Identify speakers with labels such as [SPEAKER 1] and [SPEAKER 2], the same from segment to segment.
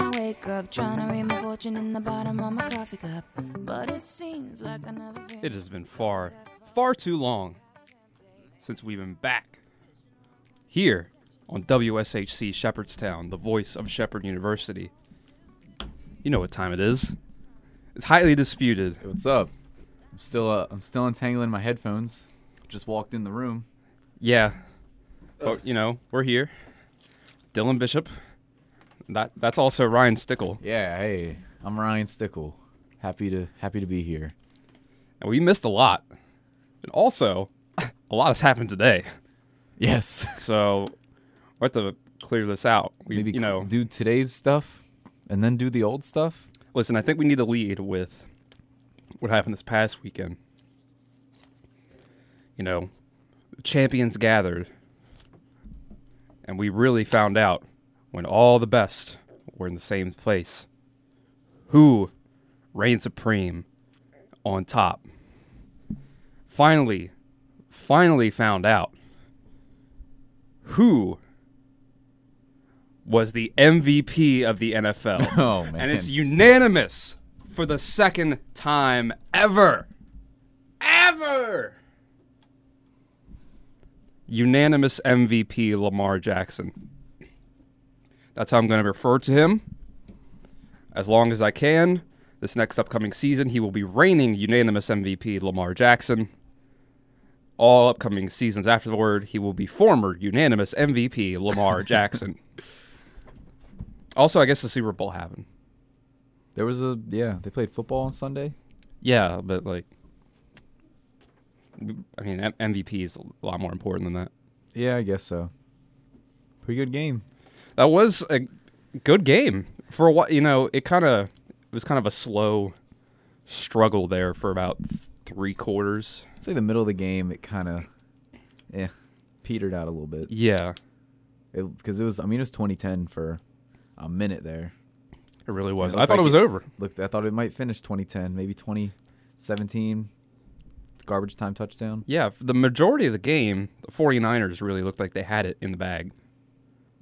[SPEAKER 1] scrub, trying to read my fortune in the bottom of my coffee cup. But it seems like I never
[SPEAKER 2] It has been far, far too long since we've been back here on WSHC Shepherdstown, the voice of Shepherd University. You know what time it is. It's highly disputed.
[SPEAKER 3] Hey, what's up? I'm still uh, I'm still untangling my headphones. Just walked in the room.
[SPEAKER 2] Yeah. But, you know, we're here. Dylan Bishop. That That's also Ryan Stickle.
[SPEAKER 3] Yeah, hey, I'm Ryan Stickle. Happy to happy to be here.
[SPEAKER 2] And we missed a lot. And also, a lot has happened today.
[SPEAKER 3] Yes.
[SPEAKER 2] So we have to clear this out. We,
[SPEAKER 3] Maybe
[SPEAKER 2] you know,
[SPEAKER 3] do today's stuff and then do the old stuff.
[SPEAKER 2] Listen, I think we need to lead with what happened this past weekend. You know, champions gathered, and we really found out when all the best were in the same place. Who reigned supreme on top? Finally, finally found out who was the MVP of the NFL.
[SPEAKER 3] Oh man.
[SPEAKER 2] And it's unanimous for the second time ever. Ever. Unanimous MVP Lamar Jackson. That's how I'm going to refer to him as long as I can. This next upcoming season, he will be reigning unanimous MVP Lamar Jackson. All upcoming seasons afterward, he will be former unanimous MVP Lamar Jackson. Also, I guess the Super Bowl happened.
[SPEAKER 3] there was a yeah, they played football on Sunday.
[SPEAKER 2] Yeah, but like, I mean, M- MVP is a lot more important than that.
[SPEAKER 3] Yeah, I guess so. Pretty good game.
[SPEAKER 2] That was a good game for a while. You know, it kind of it was kind of a slow struggle there for about three quarters.
[SPEAKER 3] I'd say the middle of the game it kind of eh petered out a little bit.
[SPEAKER 2] Yeah,
[SPEAKER 3] because it, was I mean it was 2010 for a minute there.
[SPEAKER 2] it really was.
[SPEAKER 3] It
[SPEAKER 2] I
[SPEAKER 3] looked
[SPEAKER 2] thought it
[SPEAKER 3] like
[SPEAKER 2] was
[SPEAKER 3] it-
[SPEAKER 2] over.
[SPEAKER 3] Looked I thought it might finish 2010, maybe 2017 garbage time touchdown.
[SPEAKER 2] Yeah, for the majority of the game, the 49ers really looked like they had it in the bag.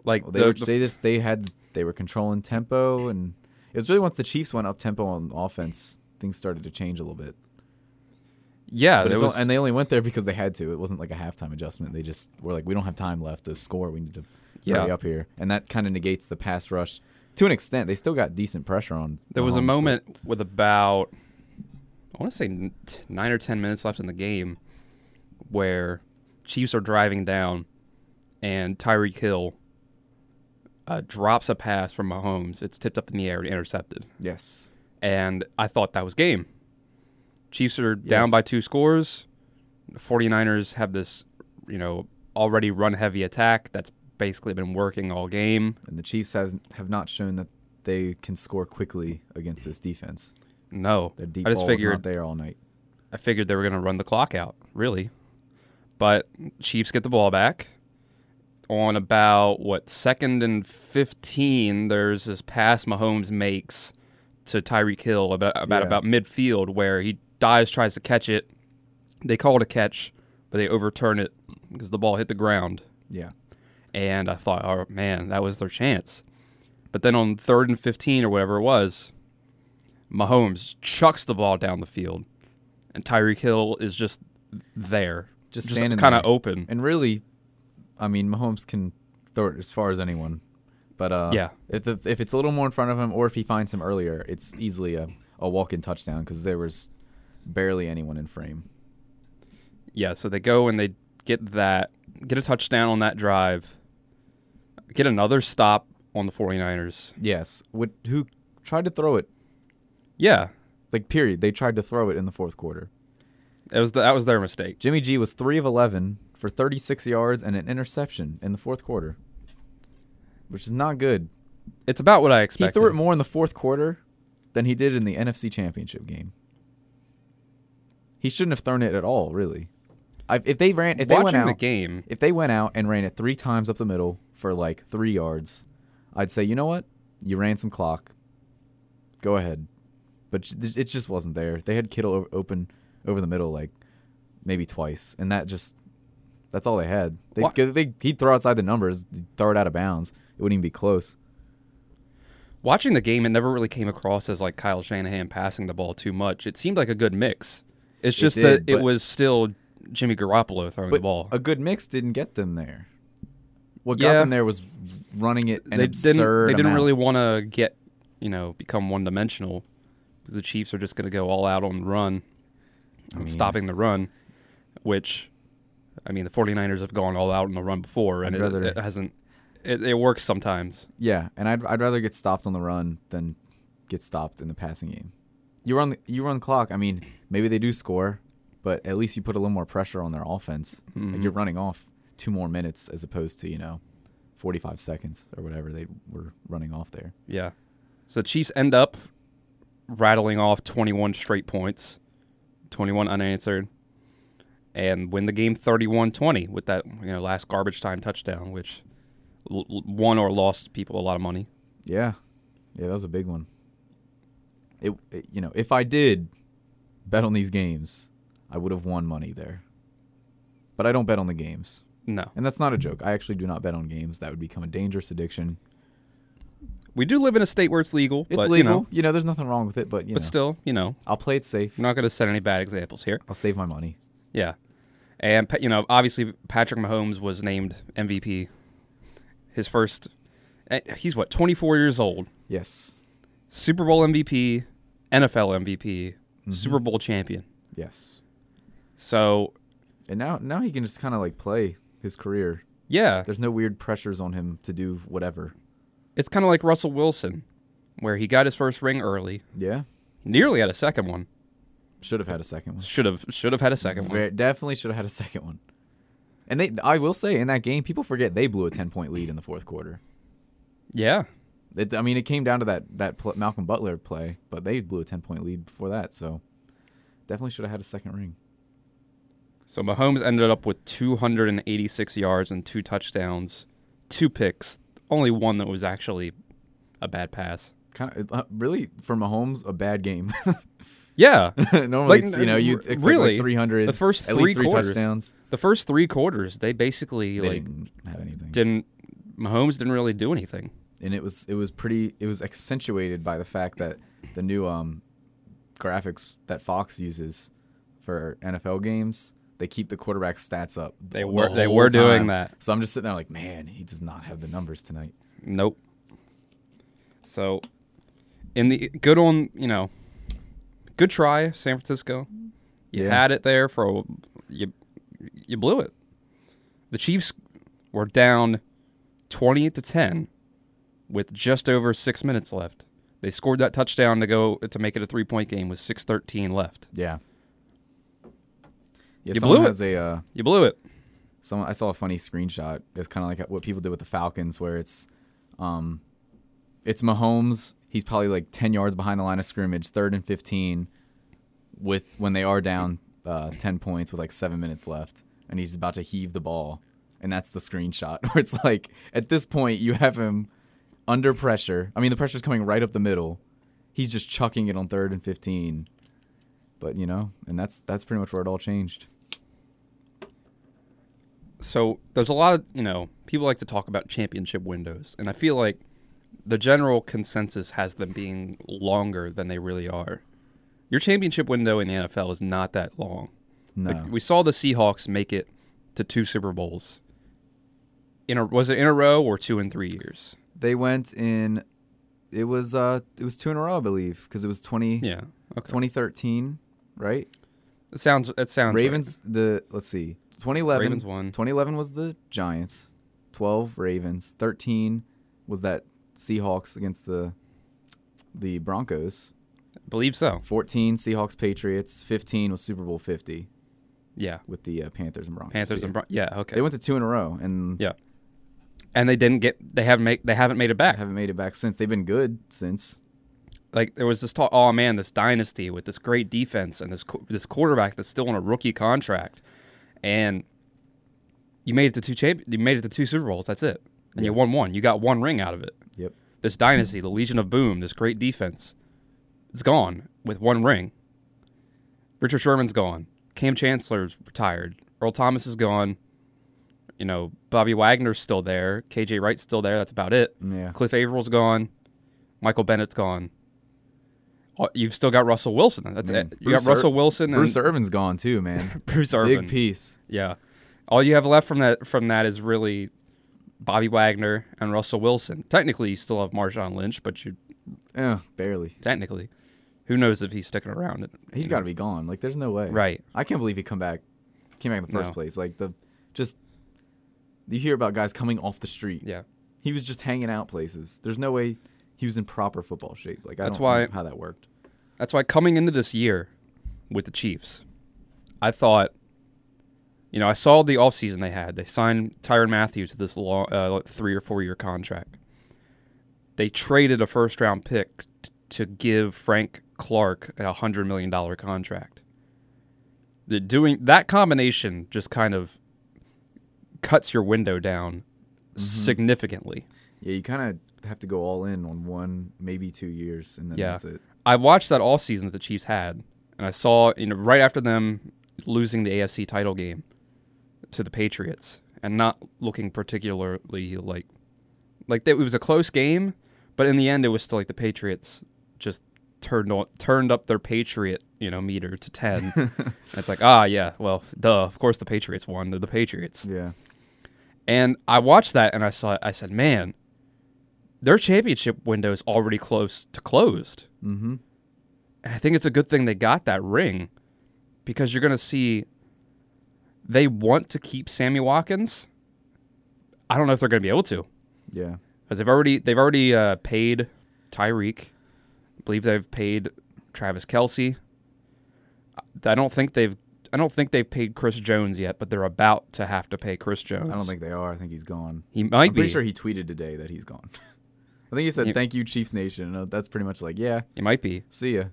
[SPEAKER 2] Like
[SPEAKER 3] Well, they,
[SPEAKER 2] the-
[SPEAKER 3] were,
[SPEAKER 2] the-
[SPEAKER 3] they just they had they were controlling tempo and it was really once the Chiefs went up tempo on offense, things started to change a little bit.
[SPEAKER 2] yeah,
[SPEAKER 3] But
[SPEAKER 2] there
[SPEAKER 3] it's
[SPEAKER 2] was,
[SPEAKER 3] all- and they only went there because they had to. It wasn't like a halftime adjustment. They just were like, we don't have time left to score. We need to
[SPEAKER 2] Yeah.
[SPEAKER 3] hurry up here, and that kind of negates the pass rush to an extent. They still got decent pressure on.
[SPEAKER 2] There was a
[SPEAKER 3] Mahomes, but
[SPEAKER 2] moment with about, I want to say n- t- nine or 10 minutes left in the game where Chiefs are driving down and Tyreek Hill uh, drops a pass from Mahomes. It's tipped up in the air and intercepted.
[SPEAKER 3] Yes,
[SPEAKER 2] And I thought that was game. Chiefs are down
[SPEAKER 3] Yes.
[SPEAKER 2] by two scores. 49ers have this, you know, already run heavy attack that's basically been working all game.
[SPEAKER 3] and the Chiefs has have not shown that they can score quickly against this defense.
[SPEAKER 2] No.
[SPEAKER 3] Their deep
[SPEAKER 2] I just
[SPEAKER 3] ball
[SPEAKER 2] figured
[SPEAKER 3] was not there all night.
[SPEAKER 2] I figured they were going to run the clock out, really. But Chiefs get the ball back. On about what second and fifteen, there's this pass Mahomes makes to Tyreek Hill about about,
[SPEAKER 3] Yeah.
[SPEAKER 2] about midfield where he dives, tries to catch it. They call it a catch, but they overturn it because the ball hit the ground.
[SPEAKER 3] Yeah,
[SPEAKER 2] And I thought, oh man, that was their chance. But then on third and 15 or whatever it was, Mahomes chucks the ball down the field, and Tyreek Hill is just there,
[SPEAKER 3] Just standing
[SPEAKER 2] kind of
[SPEAKER 3] there.
[SPEAKER 2] open.
[SPEAKER 3] and really, I mean, Mahomes can throw it as far as anyone. But uh,
[SPEAKER 2] Yeah.
[SPEAKER 3] if the, if it's a little more in front of him, or if he finds him earlier, it's easily a, a walk-in touchdown because there was barely anyone in frame.
[SPEAKER 2] Yeah, so they go and they get that, get a touchdown on that drive, get another stop on the 49ers.
[SPEAKER 3] Yes, with, who tried to throw it?
[SPEAKER 2] Yeah,
[SPEAKER 3] Like period, they tried to throw it in the fourth quarter.
[SPEAKER 2] that was that was their mistake.
[SPEAKER 3] Jimmy G was three of eleven for 36 yards and an interception in the fourth quarter, which is not good.
[SPEAKER 2] It's about what I
[SPEAKER 3] He
[SPEAKER 2] expected.
[SPEAKER 3] threw it more in the fourth quarter than he did in the NFC Championship game. He shouldn't have thrown it at all, really. I, if they ran, if they
[SPEAKER 2] Watching
[SPEAKER 3] went out,
[SPEAKER 2] the game,
[SPEAKER 3] if they went out and ran it three times up the middle for like three yards, I'd say, you know what, you ran some clock. Go ahead, but j- it just wasn't there. They had Kittle o- open over the middle like maybe twice, and that just that's all they had. They,
[SPEAKER 2] Wha-
[SPEAKER 3] they he'd throw outside the numbers, throw it out of bounds. It wouldn't even be close.
[SPEAKER 2] Watching the game, it never really came across as like Kyle Shanahan passing the ball too much. It seemed like a good mix. It's just
[SPEAKER 3] did,
[SPEAKER 2] that it
[SPEAKER 3] but-
[SPEAKER 2] was still Jimmy Garoppolo throwing the
[SPEAKER 3] But
[SPEAKER 2] ball.
[SPEAKER 3] a good mix didn't get them there. What got
[SPEAKER 2] Yeah.
[SPEAKER 3] them there was running it an
[SPEAKER 2] they didn't.
[SPEAKER 3] absurd
[SPEAKER 2] They didn't
[SPEAKER 3] amount.
[SPEAKER 2] really want to get, you know, become one dimensional. Because the Chiefs are just going to go all out on the run, on
[SPEAKER 3] mean-
[SPEAKER 2] stopping the run, which, I mean, the 49ers have gone all out on the run before, and
[SPEAKER 3] I'd
[SPEAKER 2] it,
[SPEAKER 3] rather-
[SPEAKER 2] it hasn't. It, it works sometimes.
[SPEAKER 3] Yeah, and I'd I'd rather get stopped on the run than get stopped in the passing game. You run the, you run the clock. I mean, maybe they do score, but at least you put a little more pressure on their offense.
[SPEAKER 2] Mm-hmm.
[SPEAKER 3] Like you're running off two more minutes as opposed to you know, 45 seconds or whatever they were running off there.
[SPEAKER 2] Yeah. So the Chiefs end up rattling off 21 straight points, 21 unanswered, and win the game 31-20 with that you know last garbage time touchdown, which l- l- won or lost people a lot of money.
[SPEAKER 3] Yeah, yeah, that was a big one. It, it you know if I did bet on these games, I would have won money there. But I don't bet on the games.
[SPEAKER 2] No,
[SPEAKER 3] And that's not a joke. I actually do not bet on games. That would become a dangerous addiction.
[SPEAKER 2] we do live in a state where it's legal.
[SPEAKER 3] It's
[SPEAKER 2] but,
[SPEAKER 3] legal.
[SPEAKER 2] You know,
[SPEAKER 3] there's nothing wrong with it, but you
[SPEAKER 2] But
[SPEAKER 3] know,
[SPEAKER 2] still, you know,
[SPEAKER 3] I'll play it safe.
[SPEAKER 2] we're not going to set any bad examples here.
[SPEAKER 3] I'll save my money.
[SPEAKER 2] Yeah. And, pa- you know, obviously Patrick Mahomes was named MVP. His first, eh, he's what, 24 years old,
[SPEAKER 3] Yes.
[SPEAKER 2] Super Bowl MVP, NFL MVP, Super Bowl champion.
[SPEAKER 3] Yes.
[SPEAKER 2] So,
[SPEAKER 3] And now now he can just kind of like play his career.
[SPEAKER 2] yeah,
[SPEAKER 3] There's no weird pressures on him to do whatever.
[SPEAKER 2] it's kind of like Russell Wilson, where he got his first ring early,
[SPEAKER 3] Yeah.
[SPEAKER 2] nearly had a second one.
[SPEAKER 3] Should have had a second one.
[SPEAKER 2] Should have should have had a second one.
[SPEAKER 3] Ver- definitely should have had a second one. And they I will say in that game people forget they blew a 10-point lead in the fourth quarter.
[SPEAKER 2] Yeah.
[SPEAKER 3] It, I mean it came down to that that pl- Malcolm Butler play, but they blew a 10-point lead before that, so definitely should have had a second ring.
[SPEAKER 2] So Mahomes ended up with 286 yards and two touchdowns, two picks, only one that was actually a bad pass.
[SPEAKER 3] Kind of uh, really for Mahomes a bad game.
[SPEAKER 2] Yeah.
[SPEAKER 3] Normally,
[SPEAKER 2] Like,
[SPEAKER 3] it's, you know, you
[SPEAKER 2] r-
[SPEAKER 3] expect
[SPEAKER 2] really,
[SPEAKER 3] like 300.
[SPEAKER 2] the first
[SPEAKER 3] at least
[SPEAKER 2] three
[SPEAKER 3] three
[SPEAKER 2] quarters,
[SPEAKER 3] touchdowns.
[SPEAKER 2] the first 3 quarters, they basically
[SPEAKER 3] They
[SPEAKER 2] like
[SPEAKER 3] didn't have anything.
[SPEAKER 2] didn't Mahomes didn't really do anything.
[SPEAKER 3] and it was it was pretty it was accentuated by the fact that the new um graphics that Fox uses for NFL games, they keep the quarterback stats up.
[SPEAKER 2] They
[SPEAKER 3] the
[SPEAKER 2] were- they
[SPEAKER 3] whole
[SPEAKER 2] were doing
[SPEAKER 3] time.
[SPEAKER 2] that.
[SPEAKER 3] So I'm just sitting there like, man, he does not have the numbers tonight.
[SPEAKER 2] Nope. So, in the good on you know, good try, San Francisco. You
[SPEAKER 3] Yeah.
[SPEAKER 2] had it there for a, you. You blew it. The Chiefs were down twenty to ten, with just over six minutes left. They scored that touchdown to go to make it a three point game with six thirteen left.
[SPEAKER 3] Yeah. Yeah,
[SPEAKER 2] You
[SPEAKER 3] someone
[SPEAKER 2] blew it.
[SPEAKER 3] has a uh,
[SPEAKER 2] You blew it.
[SPEAKER 3] Someone I saw a funny screenshot. It's kind of like what people did with the Falcons, where it's, um, it's Mahomes. He's probably like ten yards behind the line of scrimmage, third and fifteen, with when they are down uh, ten points with like seven minutes left, and he's about to heave the ball, and that's the screenshot where it's like at this point you have him under pressure. I mean the pressure's coming right up the middle. He's just chucking it on third and fifteen, but you know, and that's that's pretty much where it all changed.
[SPEAKER 2] so there's a lot of you know people like to talk about championship windows and i feel like the general consensus has them being longer than they really are your championship window in the nfl is not that long
[SPEAKER 3] No.
[SPEAKER 2] like, we saw the seahawks make it to two super bowls in a was it in a row or two in three years
[SPEAKER 3] They went in. It was uh, it was two in a row, I believe, because it was 20,
[SPEAKER 2] yeah okay
[SPEAKER 3] 2013, right?
[SPEAKER 2] it sounds it sounds right.
[SPEAKER 3] Ravens the let's see, twenty eleven.
[SPEAKER 2] Ravens won.
[SPEAKER 3] Twenty eleven was the Giants. Twelve Ravens. Thirteen was that Seahawks against the the Broncos.
[SPEAKER 2] I believe so
[SPEAKER 3] Fourteen Seahawks Patriots. Fifteen was Super Bowl fifty
[SPEAKER 2] yeah
[SPEAKER 3] with the uh, Panthers and Broncos.
[SPEAKER 2] panthers
[SPEAKER 3] So,
[SPEAKER 2] and
[SPEAKER 3] yeah.
[SPEAKER 2] Bron- yeah okay
[SPEAKER 3] They went to two in a row and
[SPEAKER 2] yeah and they didn't get they haven't make they haven't made it back
[SPEAKER 3] haven't made it back since. They've been good since.
[SPEAKER 2] like there was this talk. Oh man, this dynasty with this great defense and this qu- this quarterback that's still on a rookie contract, and you made it to two champ- you made it to two Super Bowls. That's it, and you won one. You got one ring out of it.
[SPEAKER 3] Yep.
[SPEAKER 2] This dynasty, the Legion of Boom, this great defense, it's gone with one ring. Richard Sherman's gone. Cam Chancellor's retired. Earl Thomas is gone. You know, Bobby Wagner's still there. KJ Wright's still there. That's about it.
[SPEAKER 3] Yeah.
[SPEAKER 2] Cliff Averill's gone. Michael Bennett's gone. Oh, You've still got Russell Wilson. That's
[SPEAKER 3] Man,
[SPEAKER 2] it. You
[SPEAKER 3] Mm-hmm. Bruce
[SPEAKER 2] got Russell
[SPEAKER 3] Ir-
[SPEAKER 2] Wilson and
[SPEAKER 3] Bruce Irvin's gone too, man.
[SPEAKER 2] Bruce Irvin.
[SPEAKER 3] Big piece.
[SPEAKER 2] Yeah. All you have left from that from that is really Bobby Wagner and Russell Wilson. Technically, you still have Marshawn Lynch, but you
[SPEAKER 3] Eh, barely.
[SPEAKER 2] technically, who knows if he's sticking around?
[SPEAKER 3] He's got to be gone. Like, there's no way.
[SPEAKER 2] Right.
[SPEAKER 3] I can't believe he come back. Came back in the first
[SPEAKER 2] No.
[SPEAKER 3] place. Like the, just you hear about guys coming off the street.
[SPEAKER 2] Yeah.
[SPEAKER 3] He was just hanging out places. There's no way he was in proper football shape. Like I
[SPEAKER 2] That's
[SPEAKER 3] don't know
[SPEAKER 2] why-
[SPEAKER 3] how that worked.
[SPEAKER 2] That's why coming into this year with the Chiefs, I thought, you know, I saw the offseason they had. They signed Tyron Matthew to this long, uh, like three or four year contract. They traded a first round pick t- to give Frank Clark a $100 million contract. The doing that combination just kind of cuts your window down significantly.
[SPEAKER 3] Yeah, you kind of have to go all in on one, maybe two years, and then
[SPEAKER 2] Yeah.
[SPEAKER 3] that's it.
[SPEAKER 2] I watched that all season that the Chiefs had, and I saw you know right after them losing the AFC title game to the Patriots and not looking particularly like like that it was a close game, but in the end it was still like the Patriots just turned on turned up their Patriot you know meter to ten. and it's like ah yeah well duh of course the Patriots won they're the Patriots
[SPEAKER 3] Yeah.
[SPEAKER 2] and I watched that and I saw it I said man their championship window is already close to closed.
[SPEAKER 3] Mm-hmm.
[SPEAKER 2] And I think it's a good thing they got that ring because you're going to see they want to keep Sammy Watkins. I don't know if they're going to be able to
[SPEAKER 3] Yeah.
[SPEAKER 2] because they've already they've already uh, paid Tyreek. I believe they've paid Travis Kelsey. I don't think they've I don't think they've paid Chris Jones yet, but they're about to have to pay Chris Jones.
[SPEAKER 3] I don't think they are. I think he's gone.
[SPEAKER 2] he might
[SPEAKER 3] I'm
[SPEAKER 2] be.
[SPEAKER 3] pretty sure he tweeted today that he's gone. I think he said,
[SPEAKER 2] Yeah.
[SPEAKER 3] "Thank you, Chiefs Nation." And, uh, that's pretty much like, yeah,
[SPEAKER 2] he might be.
[SPEAKER 3] see ya.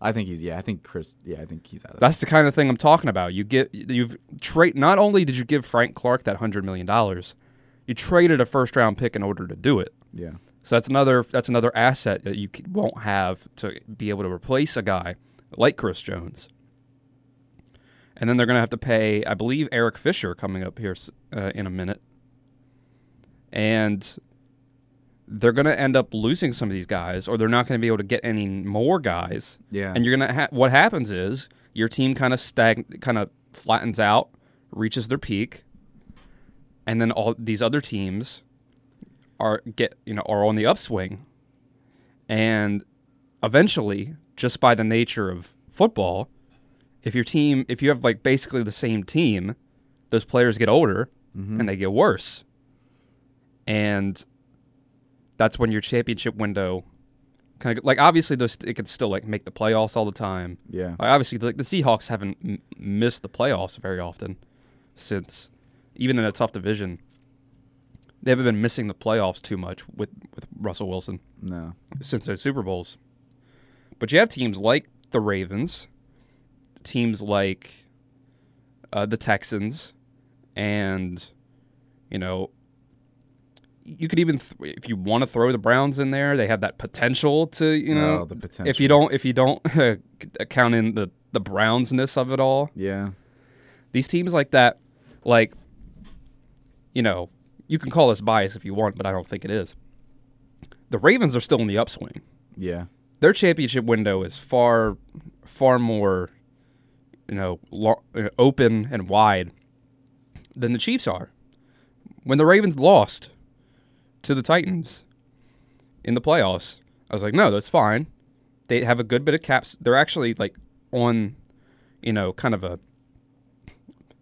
[SPEAKER 3] I think he's yeah. I think Chris. Yeah, I think he's out. Of
[SPEAKER 2] That's the kind of thing I'm talking about. You get you've trade. Not only did you give Frank Clark that hundred million dollars, you traded a first round pick in order to do it.
[SPEAKER 3] that. Yeah.
[SPEAKER 2] So that's another that's another asset that you c- won't have to be able to replace a guy like Chris Jones. And then they're going to have to pay, I believe, Eric Fisher coming up here s- uh, in a minute, and they're going to end up losing some of these guys, or they're not going to be able to get any more guys.
[SPEAKER 3] Yeah.
[SPEAKER 2] And you're gonna ha- what happens is your team kind of stag kind of flattens out, reaches their peak, and then all these other teams are get you know are on the upswing, and eventually, just by the nature of football, if your team if you have like basically the same team, those players get older and they get worse, and that's when your championship window kind of like obviously those it can still like make the playoffs all the time.
[SPEAKER 3] Yeah.
[SPEAKER 2] Like, obviously, like the Seahawks haven't m- missed the playoffs very often since, even in a tough division, they haven't been missing the playoffs too much with with Russell Wilson
[SPEAKER 3] No.
[SPEAKER 2] since those Super Bowls. But you have teams like the Ravens, teams like uh, the Texans, and you know, you could even th- if you want to throw the Browns in there, they have that potential to you know
[SPEAKER 3] Oh, the
[SPEAKER 2] if you
[SPEAKER 3] potential.
[SPEAKER 2] don't if you don't count in the the Brownsness of it all
[SPEAKER 3] Yeah.
[SPEAKER 2] these teams like that, like, you know, you can call this bias if you want, but I don't think it is. The Ravens are still in the upswing.
[SPEAKER 3] Yeah.
[SPEAKER 2] Their championship window is far, far more, you know, lo- uh, open and wide than the Chiefs are. When the Ravens lost to the Titans in the playoffs, I was like, no, that's fine. They have a good bit of caps. They're actually like on, you know, kind of a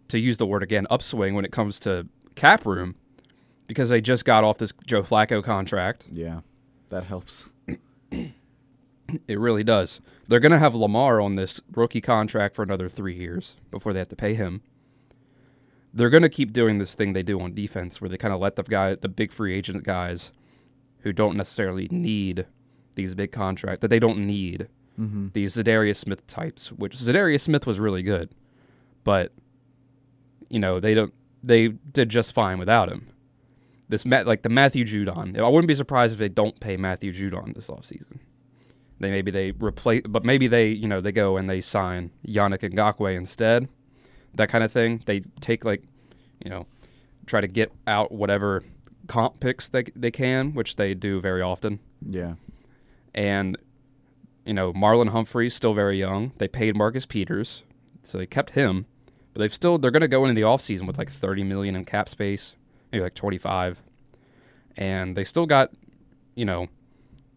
[SPEAKER 2] to use the word again, upswing when it comes to cap room because they just got off this Joe Flacco contract.
[SPEAKER 3] Yeah. That helps.
[SPEAKER 2] It really does. They're going to have Lamar on this rookie contract for another three years before they have to pay him. They're going to keep doing this thing they do on defense where they kind of let the guy, the big free agent guys who don't necessarily need these big contracts, that they don't need
[SPEAKER 3] Mm-hmm.
[SPEAKER 2] these Zadarius Smith types, which Zadarius Smith was really good, but you know they don't they did just fine without him. This Ma- like the Matthew Judon, I wouldn't be surprised if they don't pay Matthew Judon this offseason. They maybe they replace, but maybe they you know they go and they sign Yannick Ngakwe instead, that kind of thing. They take like you know try to get out whatever comp picks they they can, which they do very often
[SPEAKER 3] Yeah.
[SPEAKER 2] And, you know, Marlon Humphrey's still very young. They paid Marcus Peters, so they kept him. But they've still they're gonna go into the offseason with like thirty million in cap space, maybe like twenty five. And they still got, you know,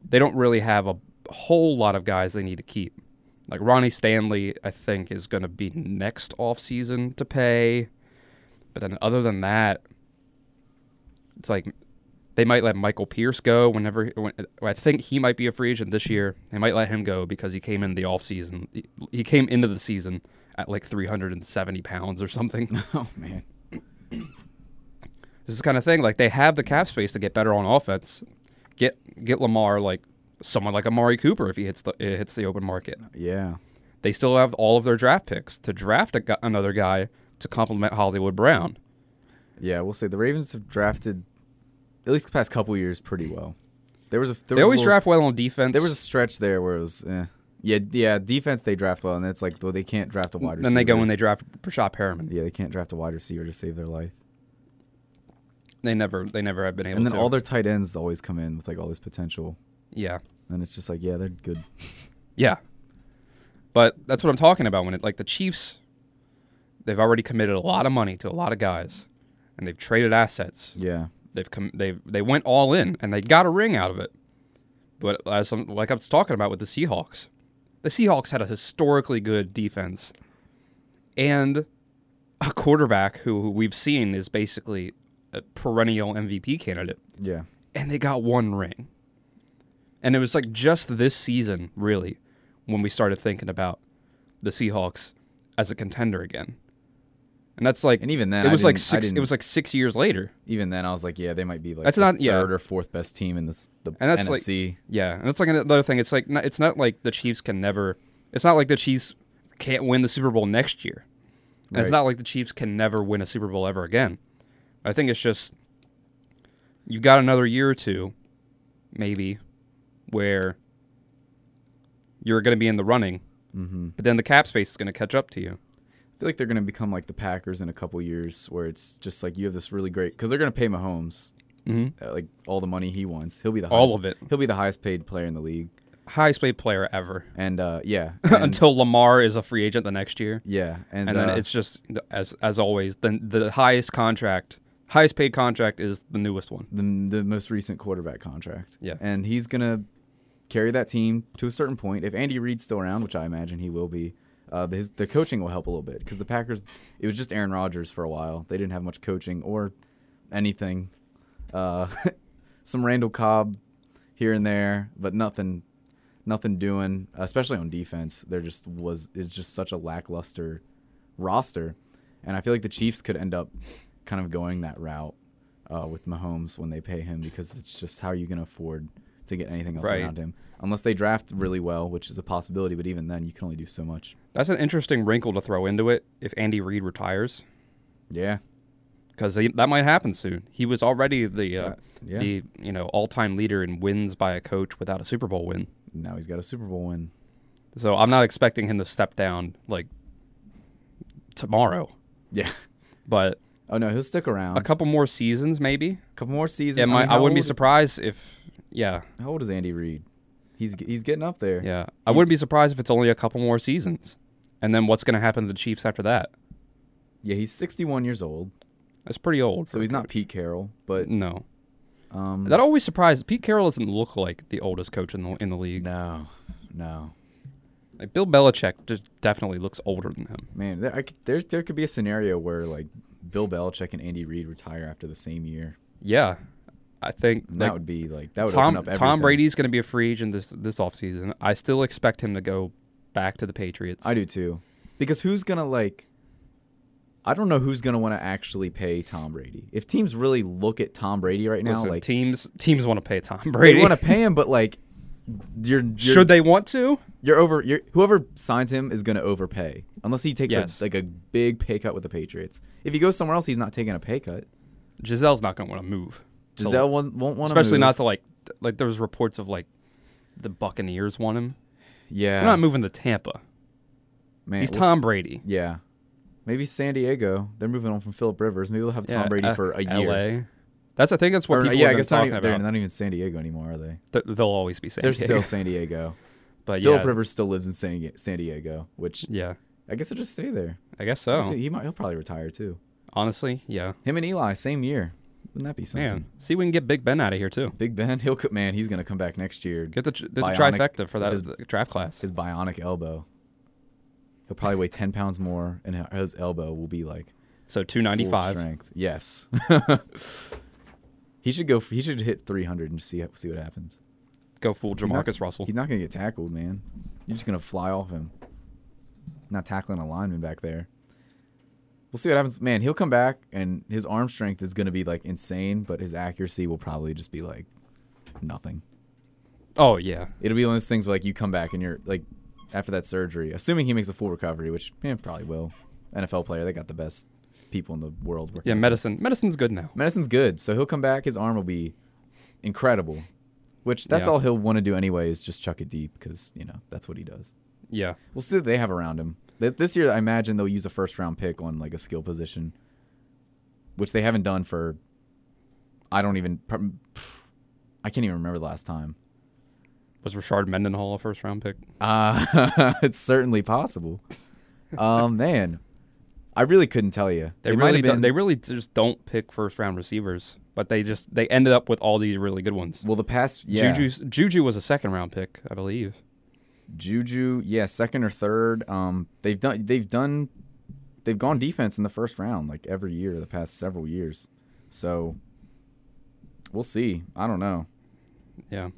[SPEAKER 2] they don't really have a whole lot of guys they need to keep. Like Ronnie Stanley, I think, is gonna be next offseason to pay. But then other than that, it's like they might let Michael Pierce go whenever when, I think he might be a free agent this year. They might let him go because he came in the offseason. He, he came into the season at like 370 pounds or something.
[SPEAKER 3] Oh man.
[SPEAKER 2] this is the kind of thing like they have the cap space to get better on offense. Get get Lamar like someone like Amari Cooper if he hits the it hits the open market.
[SPEAKER 3] Yeah.
[SPEAKER 2] They still have all of their draft picks to draft a, gu- another guy to complement Hollywood Brown.
[SPEAKER 3] Yeah, we'll say the Ravens have drafted at least the past couple years pretty well. There was a
[SPEAKER 2] They
[SPEAKER 3] there was a
[SPEAKER 2] always
[SPEAKER 3] little-
[SPEAKER 2] draft well on defense.
[SPEAKER 3] There was a stretch there where it was eh. yeah yeah defense they draft well and it's like well they can't draft a wide receiver.
[SPEAKER 2] then they go and they draft Prashad Perriman.
[SPEAKER 3] yeah they can't draft a wide receiver to save their life.
[SPEAKER 2] They never they never have been able
[SPEAKER 3] And then
[SPEAKER 2] to.
[SPEAKER 3] all their tight ends always come in with like all this potential
[SPEAKER 2] yeah.
[SPEAKER 3] and it's just like yeah they're good.
[SPEAKER 2] Yeah. But that's what I'm talking about when it like the Chiefs they've already committed a lot of money to a lot of guys and they've traded assets.
[SPEAKER 3] Yeah.
[SPEAKER 2] They've come they've they went all in and they got a ring out of it. But as I'm, like I was talking about with the Seahawks, the Seahawks had a historically good defense and a quarterback who, who we've seen is basically a perennial MVP candidate
[SPEAKER 3] Yeah.
[SPEAKER 2] and they got one ring. And it was like just this season, really, when we started thinking about the Seahawks as a contender again. And that's like,
[SPEAKER 3] And even then,
[SPEAKER 2] it
[SPEAKER 3] I
[SPEAKER 2] was like
[SPEAKER 3] didn't- I
[SPEAKER 2] six. It
[SPEAKER 3] didn't-
[SPEAKER 2] was like six years later.
[SPEAKER 3] Even then I was like yeah they might be like
[SPEAKER 2] That's
[SPEAKER 3] the
[SPEAKER 2] not-
[SPEAKER 3] third
[SPEAKER 2] yeah.
[SPEAKER 3] or fourth best team in this the
[SPEAKER 2] And that's, like-
[SPEAKER 3] NFC.
[SPEAKER 2] Yeah, and that's like another thing. It's like not, it's not like the Chiefs can never. It's not like the Chiefs can't win the Super Bowl next year. And It's
[SPEAKER 3] Right.
[SPEAKER 2] not like the Chiefs can never win a Super Bowl ever again. I think it's just you got another year or two, maybe, where you're going to be in the running,
[SPEAKER 3] mm-hmm.
[SPEAKER 2] but then the cap space is going to catch up to you.
[SPEAKER 3] I feel like they're going to become like the Packers in a couple years, where it's just like you have this really great because they're going to pay Mahomes
[SPEAKER 2] Mm-hmm.
[SPEAKER 3] uh, like all the money he wants. He'll be the
[SPEAKER 2] All
[SPEAKER 3] highest,
[SPEAKER 2] of it.
[SPEAKER 3] He'll be the highest paid player in the league,
[SPEAKER 2] Highest paid player ever
[SPEAKER 3] and uh, yeah, and-
[SPEAKER 2] until Lamar is a free agent the next year,
[SPEAKER 3] yeah, and,
[SPEAKER 2] and, then
[SPEAKER 3] uh,
[SPEAKER 2] it's just as as always. Then the highest contract, highest paid contract is the newest one.
[SPEAKER 3] the the most recent quarterback contract.
[SPEAKER 2] Yeah.
[SPEAKER 3] and he's going to carry that team to a certain point. If Andy Reid's still around, which I imagine he will be. Uh, his, the coaching will help a little bit because the Packers, it was just Aaron Rodgers for a while. They didn't have much coaching or anything. Uh, some Randall Cobb here and there, but nothing, nothing doing. Especially on defense, there just was it's just such a lackluster roster, and I feel like the Chiefs could end up kind of going that route uh, with Mahomes when they pay him because it's just how you can afford to get anything else
[SPEAKER 2] Right.
[SPEAKER 3] around him unless they draft really well, which is a possibility. But even then, you can only do so much.
[SPEAKER 2] That's an interesting wrinkle to throw into it if Andy Reid retires,
[SPEAKER 3] Yeah,
[SPEAKER 2] because that might happen soon. He was already the uh,
[SPEAKER 3] Uh, yeah.
[SPEAKER 2] the you know all time leader in wins by a coach without a Super Bowl win.
[SPEAKER 3] now he's got a Super Bowl win.
[SPEAKER 2] So I'm not expecting him to step down like tomorrow,
[SPEAKER 3] Yeah.
[SPEAKER 2] but
[SPEAKER 3] Oh no, he'll stick around.
[SPEAKER 2] a couple more seasons maybe.
[SPEAKER 3] couple more seasons.
[SPEAKER 2] Yeah,
[SPEAKER 3] mean,
[SPEAKER 2] my, I
[SPEAKER 3] how
[SPEAKER 2] wouldn't be
[SPEAKER 3] old is-
[SPEAKER 2] surprised if yeah
[SPEAKER 3] How old is Andy Reid? He's he's getting up there.
[SPEAKER 2] yeah I wouldn't be surprised if it's only a couple more seasons, and then what's going to happen to the Chiefs after that?
[SPEAKER 3] Yeah, he's 61 years old,
[SPEAKER 2] That's pretty old.
[SPEAKER 3] so
[SPEAKER 2] for a
[SPEAKER 3] he's not
[SPEAKER 2] coach.
[SPEAKER 3] Pete Carroll, but
[SPEAKER 2] no.
[SPEAKER 3] um,
[SPEAKER 2] That always surprised. Pete Carroll doesn't look like the oldest coach in the in the league.
[SPEAKER 3] no, no,
[SPEAKER 2] Like Bill Belichick just definitely looks older than him.
[SPEAKER 3] man, there, I, could- there there could be a scenario where like Bill Belichick and Andy Reid retire after the same year.
[SPEAKER 2] Yeah, I think
[SPEAKER 3] And
[SPEAKER 2] like,
[SPEAKER 3] that would be like that would open
[SPEAKER 2] Tom
[SPEAKER 3] up everything.
[SPEAKER 2] Tom Brady's going to be a free agent this this offseason. I still expect him to go back to the Patriots.
[SPEAKER 3] I do too, because who's gonna like? I don't know who's gonna want to actually pay Tom Brady. If teams really look at Tom Brady right now,
[SPEAKER 2] Listen,
[SPEAKER 3] like
[SPEAKER 2] teams teams want to pay Tom
[SPEAKER 3] they
[SPEAKER 2] Brady.
[SPEAKER 3] want to pay him, but like. You're, you're,
[SPEAKER 2] Should they want to?
[SPEAKER 3] You're over. You're, whoever signs him is going to overpay, unless he takes
[SPEAKER 2] Yes.
[SPEAKER 3] a, like a big pay cut with the Patriots. If he goes somewhere else, he's not taking a pay cut.
[SPEAKER 2] Giselle's not going to want to move. So-
[SPEAKER 3] Giselle won't, won't want to,
[SPEAKER 2] especially not the like like there was reports of like the Buccaneers want him.
[SPEAKER 3] yeah,
[SPEAKER 2] They're not moving to Tampa.
[SPEAKER 3] man,
[SPEAKER 2] He's
[SPEAKER 3] we'll
[SPEAKER 2] Tom
[SPEAKER 3] s-
[SPEAKER 2] Brady.
[SPEAKER 3] Yeah, maybe San Diego. They're moving on from Philip Rivers. Maybe they'll have Tom
[SPEAKER 2] Yeah,
[SPEAKER 3] Brady
[SPEAKER 2] uh,
[SPEAKER 3] for a year.
[SPEAKER 2] LA. That's I think that's what
[SPEAKER 3] Or, uh,
[SPEAKER 2] people
[SPEAKER 3] yeah,
[SPEAKER 2] have
[SPEAKER 3] I
[SPEAKER 2] been
[SPEAKER 3] guess not
[SPEAKER 2] talking
[SPEAKER 3] even, they're
[SPEAKER 2] about.
[SPEAKER 3] not even San Diego anymore, are they?
[SPEAKER 2] Th- they'll always be San
[SPEAKER 3] They're
[SPEAKER 2] Diego.
[SPEAKER 3] still San Diego.
[SPEAKER 2] but
[SPEAKER 3] Philip
[SPEAKER 2] yeah,
[SPEAKER 3] Rivers still lives in San, San Diego, which
[SPEAKER 2] yeah,
[SPEAKER 3] I guess he'll just stay there.
[SPEAKER 2] I guess
[SPEAKER 3] I guess
[SPEAKER 2] so.
[SPEAKER 3] He might, he'll probably retire too.
[SPEAKER 2] Honestly, yeah,
[SPEAKER 3] Him and Eli, same year. Wouldn't that be something?
[SPEAKER 2] man. See, if we can get Big Ben out of here too.
[SPEAKER 3] Big Ben, he'll co- man, he's gonna come back next year.
[SPEAKER 2] Get the, tr- the
[SPEAKER 3] Bionic
[SPEAKER 2] trifecta for that
[SPEAKER 3] with
[SPEAKER 2] th- draft class.
[SPEAKER 3] his bionic elbow. He'll probably weigh ten pounds more, and he- his elbow will be like
[SPEAKER 2] so two
[SPEAKER 3] full
[SPEAKER 2] ninety five.
[SPEAKER 3] strength. Yes. he should go. f- He should hit three hundred and see see what happens.
[SPEAKER 2] Go fool
[SPEAKER 3] He's not-
[SPEAKER 2] Jamarcus Russell.
[SPEAKER 3] He's not gonna get tackled, man. You're just gonna fly off him. Not tackling a lineman back there. We'll see what happens. Man, he'll come back and his arm strength is gonna be like insane, but his accuracy will probably just be like nothing.
[SPEAKER 2] Oh yeah,
[SPEAKER 3] It'll be one of those things where like you come back and you're like after that surgery, assuming he makes a full recovery, which man probably will. NFL player, they got the best people in the world. Working.
[SPEAKER 2] yeah. Medicine, medicine's good now.
[SPEAKER 3] Medicine's good, so he'll come back. His arm will be incredible, which that's
[SPEAKER 2] Yeah.
[SPEAKER 3] all he'll want to do anyway is just chuck it deep because you know that's what he does.
[SPEAKER 2] Yeah,
[SPEAKER 3] We'll see what they have around him. Th- This year, I imagine they'll use a first round pick on like a skill position, which they haven't done for. I don't even. prob- pff, I can't even remember the last time.
[SPEAKER 2] was Richard Mendenhall a first round pick?
[SPEAKER 3] Uh, it's certainly possible. Um, man, I really couldn't tell you.
[SPEAKER 2] They
[SPEAKER 3] It might
[SPEAKER 2] really
[SPEAKER 3] have
[SPEAKER 2] don't,
[SPEAKER 3] been-
[SPEAKER 2] they really just don't pick first round receivers, but they just they ended up with all these really good ones.
[SPEAKER 3] well the past yeah
[SPEAKER 2] Juju's, Juju was a second round pick, I believe.
[SPEAKER 3] Juju, yeah, second or third. Um, they've done they've done they've gone defense in the first round like every year the past several years. So we'll see. I don't know.
[SPEAKER 2] Yeah.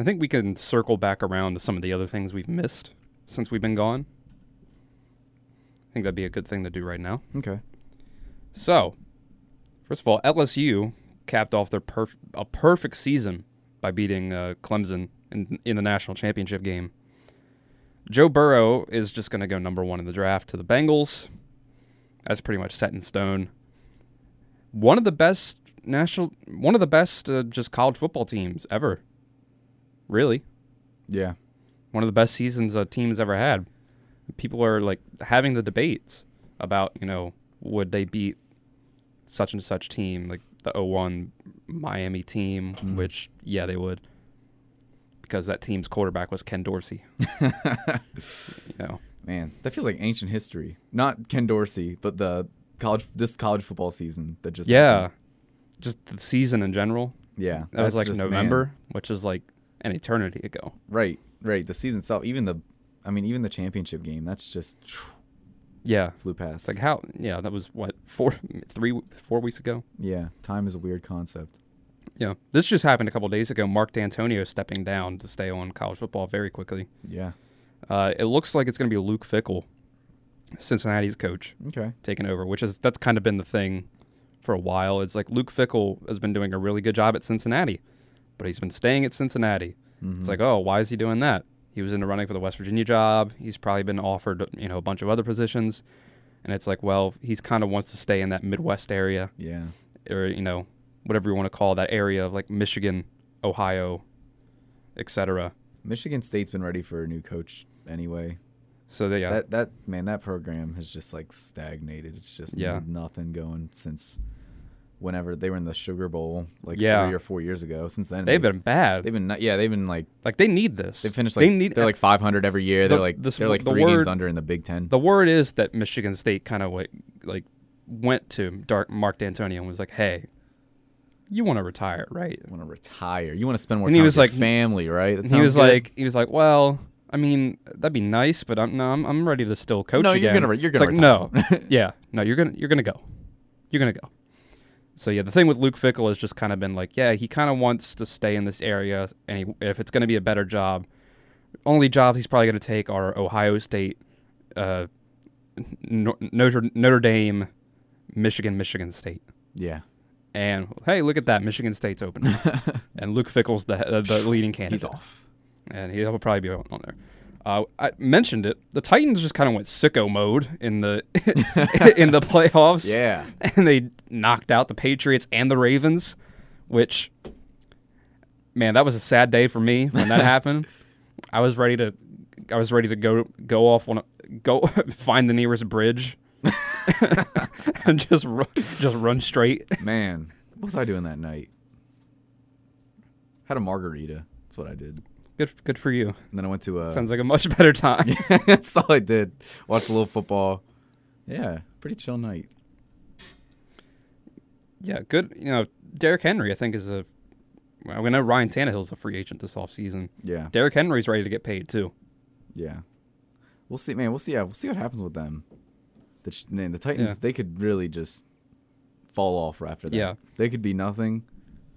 [SPEAKER 2] I think we can circle back around to some of the other things we've missed since we've been gone. I think that'd be a good thing to do right now.
[SPEAKER 3] Okay.
[SPEAKER 2] So, first of all, LSU capped off their perf- a perfect season by beating uh, Clemson in, in the national championship game. Joe Burrow is just going to go number one in the draft to the Bengals. That's pretty much set in stone. One of the best national, one of the best uh, just college football teams ever. Really,
[SPEAKER 3] Yeah.
[SPEAKER 2] one of the best seasons a team's ever had. People are like having the debates about, you know, would they beat such and such team, like the 01 Miami team,
[SPEAKER 3] Mm-hmm.
[SPEAKER 2] which, yeah, they would, because that team's quarterback was Ken Dorsey. you know,
[SPEAKER 3] Man, that feels like ancient history. Not Ken Dorsey, but the college this college football season that just
[SPEAKER 2] yeah, just the season in general.
[SPEAKER 3] yeah
[SPEAKER 2] That was
[SPEAKER 3] That's
[SPEAKER 2] like
[SPEAKER 3] just- man.
[SPEAKER 2] November, which is like an eternity ago.
[SPEAKER 3] Right, right. The season itself, even the, I mean, even the championship game, that's just phew,
[SPEAKER 2] Yeah.
[SPEAKER 3] flew past.
[SPEAKER 2] It's like how, yeah, that was what, four, three, four weeks ago?
[SPEAKER 3] yeah, time is a weird concept.
[SPEAKER 2] Yeah, this just happened a couple days ago. Mark D'Antonio stepping down to stay on college football very quickly.
[SPEAKER 3] Yeah.
[SPEAKER 2] Uh, it looks like it's going to be Luke Fickle, Cincinnati's coach,
[SPEAKER 3] Okay.
[SPEAKER 2] taking over, which is that's kind of been the thing for a while. It's like Luke Fickle has been doing a really good job at Cincinnati, but he's been staying at Cincinnati. It's like, oh, why is he doing that? He was in the running for the West Virginia job. He's probably been offered, you know, a bunch of other positions, and it's like, well, he's kind of wants to stay in that Midwest area
[SPEAKER 3] Yeah.
[SPEAKER 2] or you know whatever you want to call that area of like Michigan, Ohio, etc.
[SPEAKER 3] Michigan State's been ready for a new coach anyway.
[SPEAKER 2] So they, yeah,
[SPEAKER 3] That that man, that program has just like stagnated. It's just
[SPEAKER 2] Yeah.
[SPEAKER 3] nothing going since whenever they were in the Sugar Bowl like
[SPEAKER 2] Yeah.
[SPEAKER 3] three or four years ago. Since then,
[SPEAKER 2] they've
[SPEAKER 3] they-
[SPEAKER 2] been bad.
[SPEAKER 3] they've been not- yeah they've been like
[SPEAKER 2] like they need this.
[SPEAKER 3] they finished like
[SPEAKER 2] they need.
[SPEAKER 3] they're like 500 every year.
[SPEAKER 2] The-
[SPEAKER 3] they're like
[SPEAKER 2] this-
[SPEAKER 3] they're like
[SPEAKER 2] the
[SPEAKER 3] three games
[SPEAKER 2] word-
[SPEAKER 3] under in the Big Ten.
[SPEAKER 2] the word is that Michigan State kind of like like went to Dark Mark D'Antonio and was like, hey, you want to retire, right?
[SPEAKER 3] want to retire. You want to spend more
[SPEAKER 2] And he
[SPEAKER 3] time
[SPEAKER 2] was
[SPEAKER 3] with
[SPEAKER 2] like-
[SPEAKER 3] your family, right? That
[SPEAKER 2] And he
[SPEAKER 3] sounds
[SPEAKER 2] was
[SPEAKER 3] good.
[SPEAKER 2] like, he was like, well. I mean, that'd be nice, but I'm no, I'm, I'm ready to still coach
[SPEAKER 3] No, you're
[SPEAKER 2] again.
[SPEAKER 3] gonna re- you're gonna
[SPEAKER 2] it's like, no, yeah, no, you're gonna you're gonna go, you're gonna go. So yeah, the thing with Luke Fickle has just kind of been like, yeah, he kind of wants to stay in this area, and he, if it's gonna be a better job, only jobs he's probably gonna take are Ohio State, uh, Nor- Notre Notre Dame, Michigan, Michigan State,
[SPEAKER 3] yeah,
[SPEAKER 2] and hey, look at that, Michigan State's open, and Luke Fickle's the uh, the leading candidate
[SPEAKER 3] he's off.
[SPEAKER 2] and he'll probably be on on there. Uh, I mentioned it. The Titans just kind of went sicko mode in the in the playoffs.
[SPEAKER 3] Yeah.
[SPEAKER 2] and they knocked out the Patriots and the Ravens, which man, that was a sad day for me when that happened. I was ready to I was ready to go go off on a, go find the nearest bridge and just ru- just run straight.
[SPEAKER 3] Man, What was I doing that night? Had a margarita. That's what I did.
[SPEAKER 2] Good, good for you.
[SPEAKER 3] And then I went to uh
[SPEAKER 2] Sounds like a much better time.
[SPEAKER 3] That's all I did. Watched a little football. Yeah, pretty chill night.
[SPEAKER 2] Yeah, good. You know, Derrick Henry, I think, is a. Well, we know Ryan Tannehill's a free agent this offseason.
[SPEAKER 3] Yeah.
[SPEAKER 2] Derrick Henry's ready to get paid, too.
[SPEAKER 3] Yeah. We'll see, man. We'll see. Yeah, we'll see what happens with them. The, Ch- man, the Titans,
[SPEAKER 2] Yeah.
[SPEAKER 3] they could really just fall off after that.
[SPEAKER 2] Yeah.
[SPEAKER 3] They could be nothing,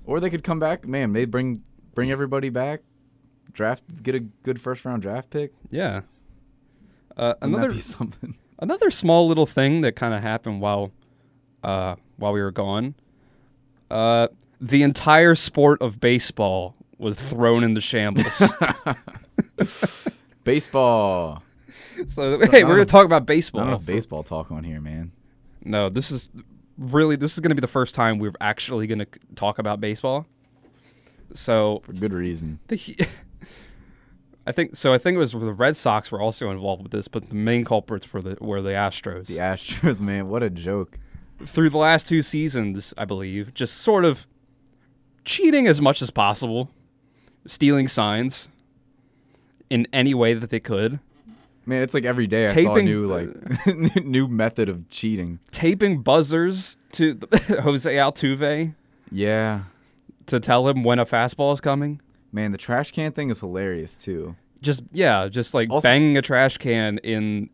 [SPEAKER 3] or they could come back. Man, they bring bring everybody back, draft, get a good first round draft pick.
[SPEAKER 2] Yeah. Uh,
[SPEAKER 3] Wouldn't that
[SPEAKER 2] another
[SPEAKER 3] be something.
[SPEAKER 2] another small little thing that kind of happened while uh, while we were gone. Uh, the entire sport of baseball was thrown into shambles.
[SPEAKER 3] Baseball.
[SPEAKER 2] so hey, we're gonna talk about
[SPEAKER 3] Not
[SPEAKER 2] baseball.
[SPEAKER 3] enough baseball talk on here, man.
[SPEAKER 2] No, this is really this is gonna be the first time we're actually gonna c- talk about baseball. So
[SPEAKER 3] For good reason.
[SPEAKER 2] the Hu- I think so. I think it was the Red Sox were also involved with this, but the main culprits were the were the Astros.
[SPEAKER 3] The Astros, man, what a joke.
[SPEAKER 2] Through the last two seasons, I believe, just sort of cheating as much as possible, stealing signs in any way that they could,
[SPEAKER 3] Man, it's like every day I saw a
[SPEAKER 2] Taping-
[SPEAKER 3] new like new method of cheating.
[SPEAKER 2] taping buzzers to Jose Altuve
[SPEAKER 3] Yeah.
[SPEAKER 2] to tell him when a fastball is coming.
[SPEAKER 3] Man, the trash can thing is hilarious too.
[SPEAKER 2] Just yeah, just like
[SPEAKER 3] Also-
[SPEAKER 2] banging a trash can in.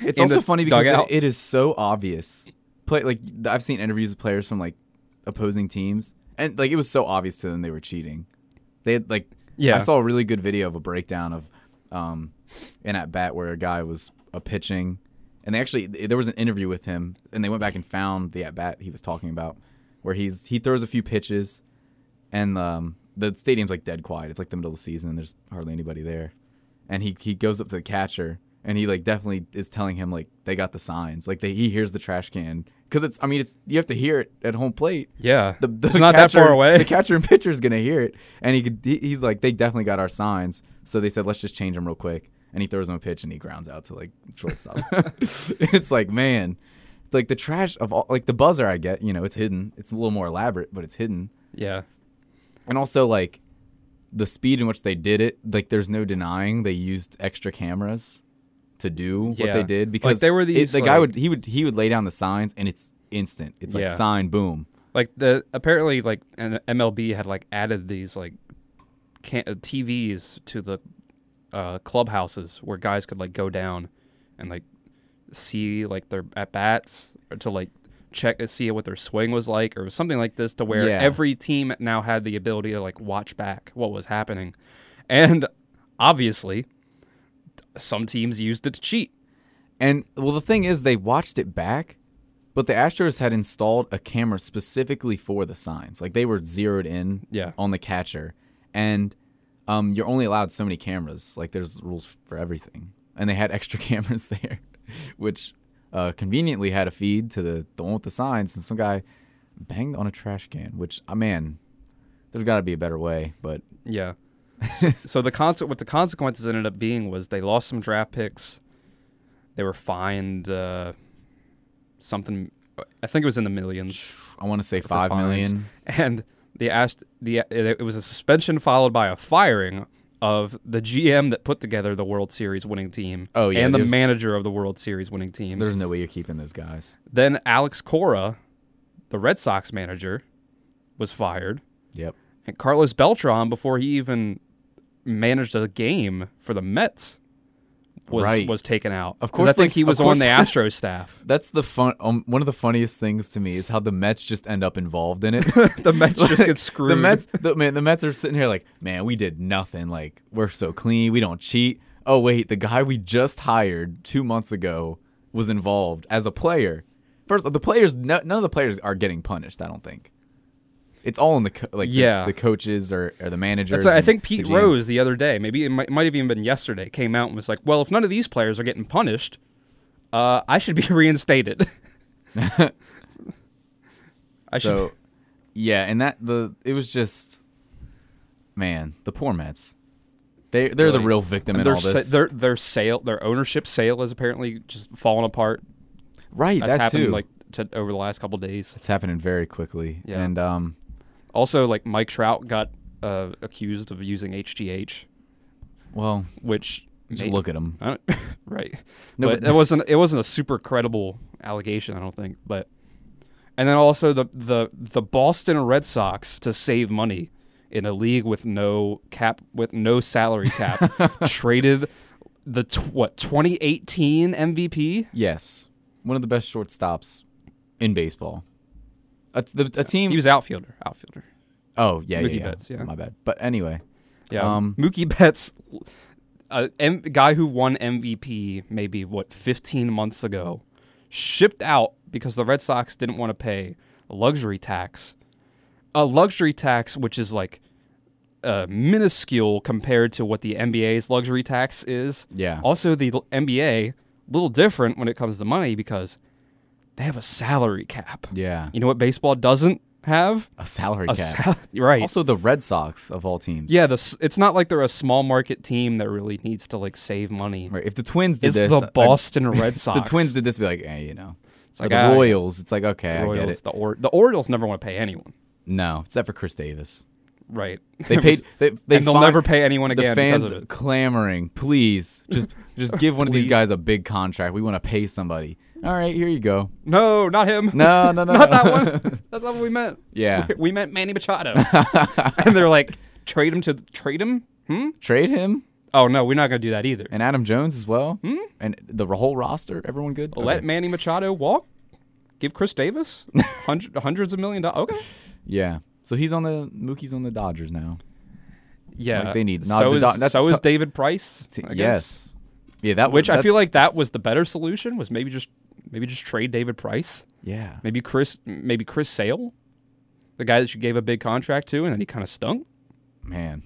[SPEAKER 3] It's
[SPEAKER 2] in
[SPEAKER 3] also
[SPEAKER 2] the
[SPEAKER 3] funny because it,
[SPEAKER 2] dugout.
[SPEAKER 3] it is so obvious. Play like th- I've seen interviews with players from like opposing teams, and like it was so obvious to them they were cheating. They had like I
[SPEAKER 2] Yeah.
[SPEAKER 3] saw a really good video of a breakdown of um an at bat where a guy was a pitching, and they actually th- there was an interview with him, and they went back and found the at bat he was talking about, where he's he throws a few pitches, and um the stadium's like dead quiet. It's like the middle of the season, and there's hardly anybody there and he he goes up to the catcher and he like definitely is telling him like they got the signs like they, he hears the trash can because it's I mean it's you have to hear it at home plate.
[SPEAKER 2] yeah,
[SPEAKER 3] The, the
[SPEAKER 2] it's not
[SPEAKER 3] catcher-
[SPEAKER 2] that far away.
[SPEAKER 3] The catcher and pitcher is gonna hear it, and he could he- he's like they definitely got our signs, so they said let's just change them real quick, and he throws him a pitch and he grounds out to like shortstop. it's like man, like the trash of all like the buzzer I get you know it's hidden it's a little more elaborate but it's hidden
[SPEAKER 2] yeah,
[SPEAKER 3] and also like the speed in which they did it like there's no denying they used extra cameras to do what
[SPEAKER 2] Yeah.
[SPEAKER 3] they did
[SPEAKER 2] Like,
[SPEAKER 3] because
[SPEAKER 2] they were
[SPEAKER 3] it-
[SPEAKER 2] these,
[SPEAKER 3] the guy
[SPEAKER 2] like-
[SPEAKER 3] would he would he would lay down the signs and it's instant it's like
[SPEAKER 2] Yeah.
[SPEAKER 3] sign boom
[SPEAKER 2] like the apparently like an MLB had like added these like can- uh, TVs to the uh, clubhouses where guys could like go down and like see like their at bats or to like check to see what their swing was like or something like this to where
[SPEAKER 3] Yeah.
[SPEAKER 2] every team now had the ability to like watch back what was happening and obviously some teams used it to cheat
[SPEAKER 3] and well the thing is they watched it back but the Astros had installed a camera specifically for the signs like they were zeroed in
[SPEAKER 2] Yeah.
[SPEAKER 3] on the catcher and um, you're only allowed so many cameras like there's rules for everything and they had extra cameras there which uh, conveniently had a feed to the, the one with the signs and some guy banged on a trash can which uh, man there's got to be a better way but
[SPEAKER 2] Yeah. so the concert, what the consequences ended up being was they lost some draft picks. They were fined uh, something. I think it was in the millions.
[SPEAKER 3] i want to say
[SPEAKER 2] for
[SPEAKER 3] five million.
[SPEAKER 2] fines. And the asked the it was a suspension followed by a firing of the GM that put together the World Series winning team.
[SPEAKER 3] Oh, yeah,
[SPEAKER 2] and the
[SPEAKER 3] there's-
[SPEAKER 2] manager of the World Series winning team.
[SPEAKER 3] there's no way you're keeping those guys
[SPEAKER 2] Then Alex Cora, the Red Sox manager, was fired.
[SPEAKER 3] yep
[SPEAKER 2] and Carlos Beltran before he even managed a game for the Mets was
[SPEAKER 3] Right.
[SPEAKER 2] was taken out.
[SPEAKER 3] Of
[SPEAKER 2] 'Cause
[SPEAKER 3] course
[SPEAKER 2] I think
[SPEAKER 3] they-
[SPEAKER 2] he
[SPEAKER 3] of
[SPEAKER 2] was
[SPEAKER 3] course-
[SPEAKER 2] on the Astros staff.
[SPEAKER 3] That's the fun. Um, one of the funniest things to me is how the Mets just end up involved in it.
[SPEAKER 2] The Mets just get screwed.
[SPEAKER 3] the Mets, the, man, the Mets are sitting here like, man, we did nothing. Like we're so clean, we don't cheat. Oh wait, the guy we just hired two months ago was involved as a player. First, the players, no, none of the players are getting punished. I don't think. It's all in the co- like the-
[SPEAKER 2] Yeah.
[SPEAKER 3] the, coaches or, or the managers.
[SPEAKER 2] That's why I
[SPEAKER 3] and
[SPEAKER 2] think
[SPEAKER 3] the
[SPEAKER 2] Pete
[SPEAKER 3] GM.
[SPEAKER 2] Rose the other day, maybe it might, might have even been yesterday, came out and was like, "Well, if none of these players are getting punished, uh, I should be reinstated." I
[SPEAKER 3] so,
[SPEAKER 2] should.
[SPEAKER 3] yeah, and that the it was just, man, the poor Mets. They they're the
[SPEAKER 2] Really.
[SPEAKER 3] real victim in
[SPEAKER 2] Their,
[SPEAKER 3] all
[SPEAKER 2] sa-
[SPEAKER 3] this.
[SPEAKER 2] their their sale, their ownership sale is apparently just falling apart.
[SPEAKER 3] Right,
[SPEAKER 2] That's
[SPEAKER 3] that
[SPEAKER 2] happened
[SPEAKER 3] too.
[SPEAKER 2] like to, over the last couple days.
[SPEAKER 3] It's happening very quickly.
[SPEAKER 2] Yeah.
[SPEAKER 3] And um,
[SPEAKER 2] Also, like Mike Trout got uh, accused of using HGH,
[SPEAKER 3] well,
[SPEAKER 2] which
[SPEAKER 3] just
[SPEAKER 2] may-
[SPEAKER 3] look at him.
[SPEAKER 2] I don't, right.
[SPEAKER 3] No,
[SPEAKER 2] but
[SPEAKER 3] but-
[SPEAKER 2] it wasn't it wasn't a super credible allegation, I don't think. But and then also the the the Boston Red Sox to save money in a league with no cap with no salary cap traded the tw- what 2018 MVP
[SPEAKER 3] Yes, one of the best shortstops in baseball. A, the, a team.
[SPEAKER 2] he was outfielder outfielder
[SPEAKER 3] oh yeah, yeah,
[SPEAKER 2] Mookie
[SPEAKER 3] yeah.
[SPEAKER 2] Betts, yeah.
[SPEAKER 3] My bad. But anyway,
[SPEAKER 2] yeah
[SPEAKER 3] Um,
[SPEAKER 2] Mookie Betts a M- guy who won MVP maybe what 15 months ago shipped out because the Red Sox didn't want to pay a luxury tax a luxury tax which is like uh, minuscule compared to what the NBA's luxury tax is.
[SPEAKER 3] Yeah.
[SPEAKER 2] Also, the l- NBA little different when it comes to money because they have a salary cap.
[SPEAKER 3] yeah,
[SPEAKER 2] You know what baseball doesn't have?
[SPEAKER 3] a salary
[SPEAKER 2] A
[SPEAKER 3] cap.
[SPEAKER 2] sal- right.
[SPEAKER 3] also, the Red Sox of all teams.
[SPEAKER 2] yeah, the, s- it's not like they're a small market team that really needs to like save money.
[SPEAKER 3] Right. If the Twins did
[SPEAKER 2] It's
[SPEAKER 3] this,
[SPEAKER 2] the
[SPEAKER 3] I-
[SPEAKER 2] Boston Red Sox.
[SPEAKER 3] the Twins did this, be like, eh, you know. It's
[SPEAKER 2] like,
[SPEAKER 3] the
[SPEAKER 2] ah,
[SPEAKER 3] Royals. It's like, okay, I get
[SPEAKER 2] Royals,
[SPEAKER 3] it.
[SPEAKER 2] the or- the Orioles never want to pay anyone.
[SPEAKER 3] No, except for Chris Davis.
[SPEAKER 2] Right.
[SPEAKER 3] They paid. They, they
[SPEAKER 2] and they'll
[SPEAKER 3] fin-
[SPEAKER 2] never pay anyone
[SPEAKER 3] The
[SPEAKER 2] again
[SPEAKER 3] fans
[SPEAKER 2] because of it.
[SPEAKER 3] clamoring, please, just just give one of these
[SPEAKER 2] Please.
[SPEAKER 3] guys a big contract. We want to pay somebody. All right, here you go.
[SPEAKER 2] No, not him.
[SPEAKER 3] No, no, no,
[SPEAKER 2] not
[SPEAKER 3] no.
[SPEAKER 2] that one. That's not what we meant.
[SPEAKER 3] Yeah.
[SPEAKER 2] we, we meant Manny Machado. and they're like, trade him to trade him. Hmm.
[SPEAKER 3] Trade him
[SPEAKER 2] Oh no, we're not gonna do that either.
[SPEAKER 3] and Adam Jones as well, and the whole roster. Everyone good.
[SPEAKER 2] Hmm? Let
[SPEAKER 3] Okay.
[SPEAKER 2] Manny Machado walk. Give Chris Davis hundred, hundreds of million dollars. Okay.
[SPEAKER 3] Yeah. So he's on the Mookie's on the Dodgers now.
[SPEAKER 2] Yeah,
[SPEAKER 3] Like, they need- not
[SPEAKER 2] so
[SPEAKER 3] the
[SPEAKER 2] is
[SPEAKER 3] doc- that's
[SPEAKER 2] so
[SPEAKER 3] the
[SPEAKER 2] is
[SPEAKER 3] top-
[SPEAKER 2] David Price.
[SPEAKER 3] T-
[SPEAKER 2] I guess.
[SPEAKER 3] yes. Yeah. That
[SPEAKER 2] which I
[SPEAKER 3] that's-
[SPEAKER 2] feel like that was the better solution was maybe just maybe just trade David Price,
[SPEAKER 3] Yeah.
[SPEAKER 2] maybe Chris, maybe Chris Sale, the guy that you gave a big contract to, and then he kind of stunk.
[SPEAKER 3] Man.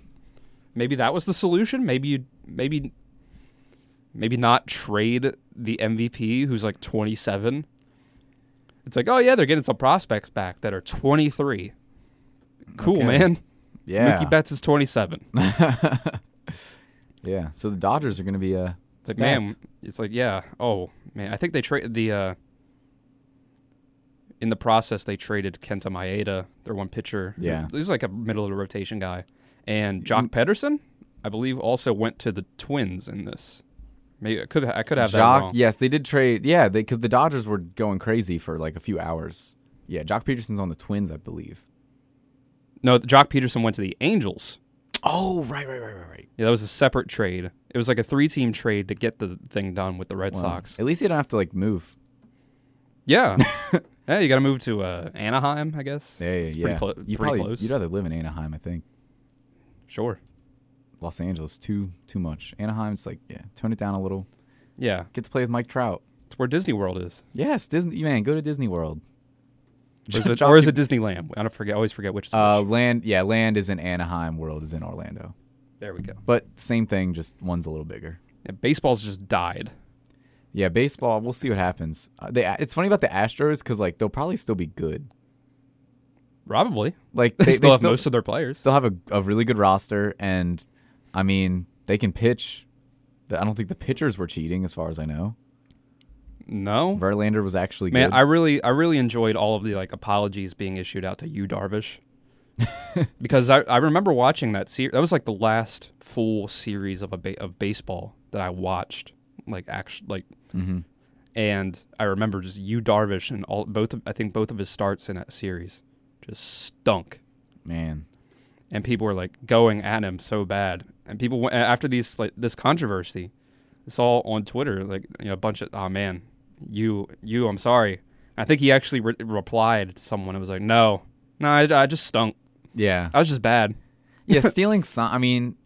[SPEAKER 2] maybe that was the solution. Maybe you maybe maybe not trade the MVP who's like 27. It's like, oh yeah, they're getting some prospects back that are 23. Cool,
[SPEAKER 3] Okay.
[SPEAKER 2] man.
[SPEAKER 3] Yeah.
[SPEAKER 2] Mookie Betts is 27. Like,
[SPEAKER 3] Yeah. So the Dodgers are going to be a uh,
[SPEAKER 2] man,
[SPEAKER 3] stacked.
[SPEAKER 2] it's like, yeah. Oh, man. I think they traded the uh in the process they traded Kenta Maeda, their one pitcher.
[SPEAKER 3] Yeah. Mm.
[SPEAKER 2] He's like a middle of the rotation guy. And Jock Pederson, I believe, also went to the Twins in this. Maybe I could I could have that wrong.
[SPEAKER 3] Jock, yes, they did trade. Yeah, because the Dodgers were going crazy for like a few hours. Yeah, Jock Peterson's on the Twins, I believe.
[SPEAKER 2] No, Jock Peterson went to the Angels.
[SPEAKER 3] Oh, right, right, right, right, right.
[SPEAKER 2] Yeah, that was a separate trade. It was like a three-team trade to get the thing done with the Red Sox.
[SPEAKER 3] At least you don't have to like move.
[SPEAKER 2] Yeah, yeah, you got to move to uh, Anaheim, I guess.
[SPEAKER 3] Yeah, yeah,
[SPEAKER 2] pretty
[SPEAKER 3] yeah.
[SPEAKER 2] clo-
[SPEAKER 3] you
[SPEAKER 2] pretty
[SPEAKER 3] probably
[SPEAKER 2] close.
[SPEAKER 3] you'd rather live in Anaheim, I think.
[SPEAKER 2] Sure.
[SPEAKER 3] Los Angeles, too too much. Anaheim, it's like yeah, tone it down a little.
[SPEAKER 2] Yeah,
[SPEAKER 3] Get to play with Mike Trout.
[SPEAKER 2] it's where Disney World is,
[SPEAKER 3] Yes, Disney man, go to Disney World.
[SPEAKER 2] or is it,
[SPEAKER 3] Jock
[SPEAKER 2] or is it
[SPEAKER 3] Pete-
[SPEAKER 2] Disneyland? I don't forget. I always forget which. Is
[SPEAKER 3] uh,
[SPEAKER 2] which.
[SPEAKER 3] land? Yeah, land is in Anaheim. World is in Orlando,
[SPEAKER 2] There we go.
[SPEAKER 3] but same thing, just one's a little bigger.
[SPEAKER 2] Yeah, baseball's just died.
[SPEAKER 3] Yeah, baseball. We'll see what happens. Uh, they, it's funny about the Astros because like they'll probably still be good.
[SPEAKER 2] Probably.
[SPEAKER 3] Like
[SPEAKER 2] They,
[SPEAKER 3] they,
[SPEAKER 2] still
[SPEAKER 3] they
[SPEAKER 2] have
[SPEAKER 3] still,
[SPEAKER 2] most of their players.
[SPEAKER 3] still have a, a really good roster, and I mean they can pitch. The- I don't think the pitchers were cheating, as far as I know.
[SPEAKER 2] No.
[SPEAKER 3] Verlander was actually
[SPEAKER 2] Man,
[SPEAKER 3] good.
[SPEAKER 2] I really, I really enjoyed all of the like apologies being issued out to you, Darvish, because I, I remember watching that series. That was like the last full series of a ba- of baseball that I watched, like actually, like, and I remember just you, Darvish, and all both. Of, I think both of his starts in that series just stunk,
[SPEAKER 3] Man,
[SPEAKER 2] and people were like going at him so bad, and people went, after these like this controversy, it's all on Twitter. Like you know, a bunch of oh man, you you, I'm sorry. I think he actually re- replied to someone. It was like, no, no, I, I just stunk.
[SPEAKER 3] yeah,
[SPEAKER 2] I was just bad.
[SPEAKER 3] yeah. Stealing sign. I mean,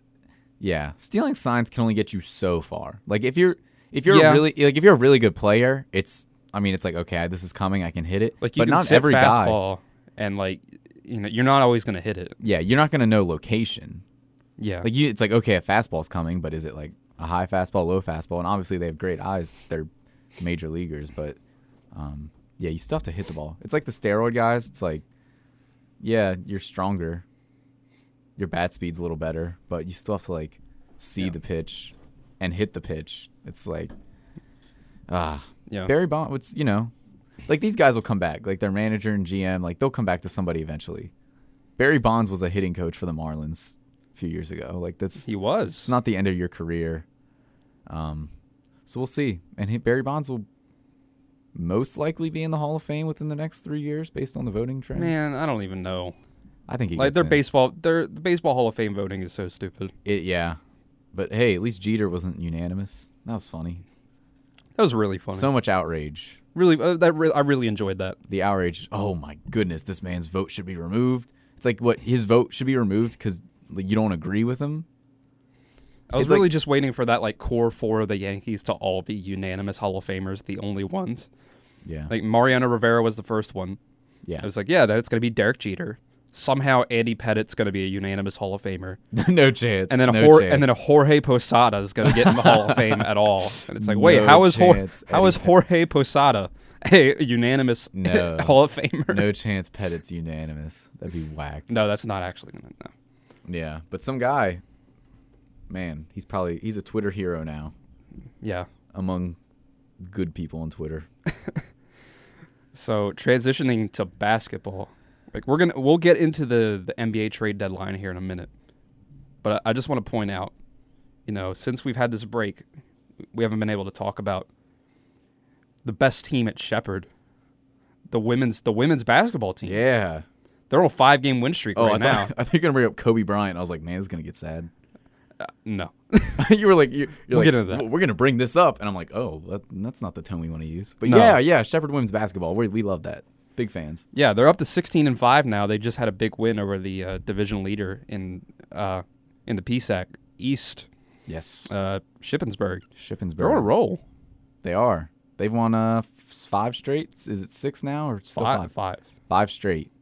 [SPEAKER 3] yeah, stealing signs can only get you so far. Like if you're if you're
[SPEAKER 2] Yeah.
[SPEAKER 3] a really like if you're a really good player, it's. I mean, it's like okay, this is coming. I can hit it.
[SPEAKER 2] Like you
[SPEAKER 3] but
[SPEAKER 2] can
[SPEAKER 3] not
[SPEAKER 2] sit
[SPEAKER 3] every guy.
[SPEAKER 2] fastball and like you know, you're not always gonna hit it.
[SPEAKER 3] Yeah, you're not gonna know location.
[SPEAKER 2] Yeah,
[SPEAKER 3] Like you, it's like okay, a fastball's coming, but is it like a high fastball, low fastball? And obviously, they have great eyes. They're major leaguers, but um, yeah, you still have to hit the ball. It's like the steroid guys. It's like, yeah, you're stronger, your bat speed's a little better, but you still have to like see the pitch and hit the pitch. It's like, ah,
[SPEAKER 2] yeah.
[SPEAKER 3] Barry Bonds. It's you know, like these guys will come back. Like their manager and GM, like they'll come back to somebody eventually. Barry Bonds was a hitting coach for the Marlins a few years ago. Like that's
[SPEAKER 2] He was.
[SPEAKER 3] it's not the end of your career. Um, so we'll see. And he, Barry Bonds will most likely be in the Hall of Fame within the next three years, based on the voting trends.
[SPEAKER 2] Man, I don't even know.
[SPEAKER 3] I think he
[SPEAKER 2] Like
[SPEAKER 3] gets
[SPEAKER 2] their
[SPEAKER 3] in.
[SPEAKER 2] baseball, their the baseball Hall of Fame voting is so stupid.
[SPEAKER 3] It, yeah, but hey, at least Jeter wasn't unanimous. That was funny.
[SPEAKER 2] That was really funny.
[SPEAKER 3] So much outrage.
[SPEAKER 2] really, uh, that re- I really enjoyed that.
[SPEAKER 3] The outrage. Oh my goodness, this man's vote should be removed. It's like what his vote should be removed because like, you don't agree with him.
[SPEAKER 2] I was
[SPEAKER 3] It's like-
[SPEAKER 2] really just waiting for that like core four of the Yankees to all be unanimous Hall of Famers, the only ones.
[SPEAKER 3] Yeah,
[SPEAKER 2] Like Mariano Rivera was the first one.
[SPEAKER 3] yeah.
[SPEAKER 2] I was like, yeah, that's going to be Derek Jeter. Somehow Andy Pettit's going to be a unanimous Hall of Famer,
[SPEAKER 3] no chance.
[SPEAKER 2] and then a
[SPEAKER 3] no
[SPEAKER 2] Jor-
[SPEAKER 3] chance.
[SPEAKER 2] and then a Jorge Posada is going to get in the Hall of Fame at all. And it's like, wait,
[SPEAKER 3] No
[SPEAKER 2] how is Jorge
[SPEAKER 3] chance,
[SPEAKER 2] how is
[SPEAKER 3] Eddie
[SPEAKER 2] Jorge Posada a unanimous
[SPEAKER 3] No.
[SPEAKER 2] Hall of Famer?
[SPEAKER 3] no chance. Pettit's unanimous. That'd be whack.
[SPEAKER 2] No, that's not actually going to. No.
[SPEAKER 3] Yeah, but some guy, man, he's probably he's a Twitter hero now
[SPEAKER 2] Yeah.
[SPEAKER 3] among good people on Twitter.
[SPEAKER 2] So transitioning to basketball, like we're gonna we'll get into the the NBA trade deadline here in a minute, but I, I just want to point out, you know, since we've had this break, we haven't been able to talk about the best team at Shepherd, the women's the women's basketball team.
[SPEAKER 3] Yeah.
[SPEAKER 2] They're on a five game win streak
[SPEAKER 3] Oh,
[SPEAKER 2] right
[SPEAKER 3] I
[SPEAKER 2] now.
[SPEAKER 3] thought I thought you were gonna bring up Kobe Bryant. I was like, man, this is gonna get sad.
[SPEAKER 2] no,
[SPEAKER 3] you were like, you,
[SPEAKER 2] We'll
[SPEAKER 3] you're like,
[SPEAKER 2] get into that.
[SPEAKER 3] "Well, we're gonna bring this up, and I'm like, oh, that, that's not the tone we want to use. But
[SPEAKER 2] No.
[SPEAKER 3] yeah, yeah, Shepherd women's basketball, we we love that. Big fans.
[SPEAKER 2] yeah, they're up to sixteen and five now. They just had a big win over the uh, division leader in uh, in the PSAC East,
[SPEAKER 3] Yes.
[SPEAKER 2] uh, Shippensburg.
[SPEAKER 3] Shippensburg.
[SPEAKER 2] They're on a roll.
[SPEAKER 3] They are. They've won uh f- five straight. Is it six now or still
[SPEAKER 2] Five,
[SPEAKER 3] five?
[SPEAKER 2] five.
[SPEAKER 3] five straight.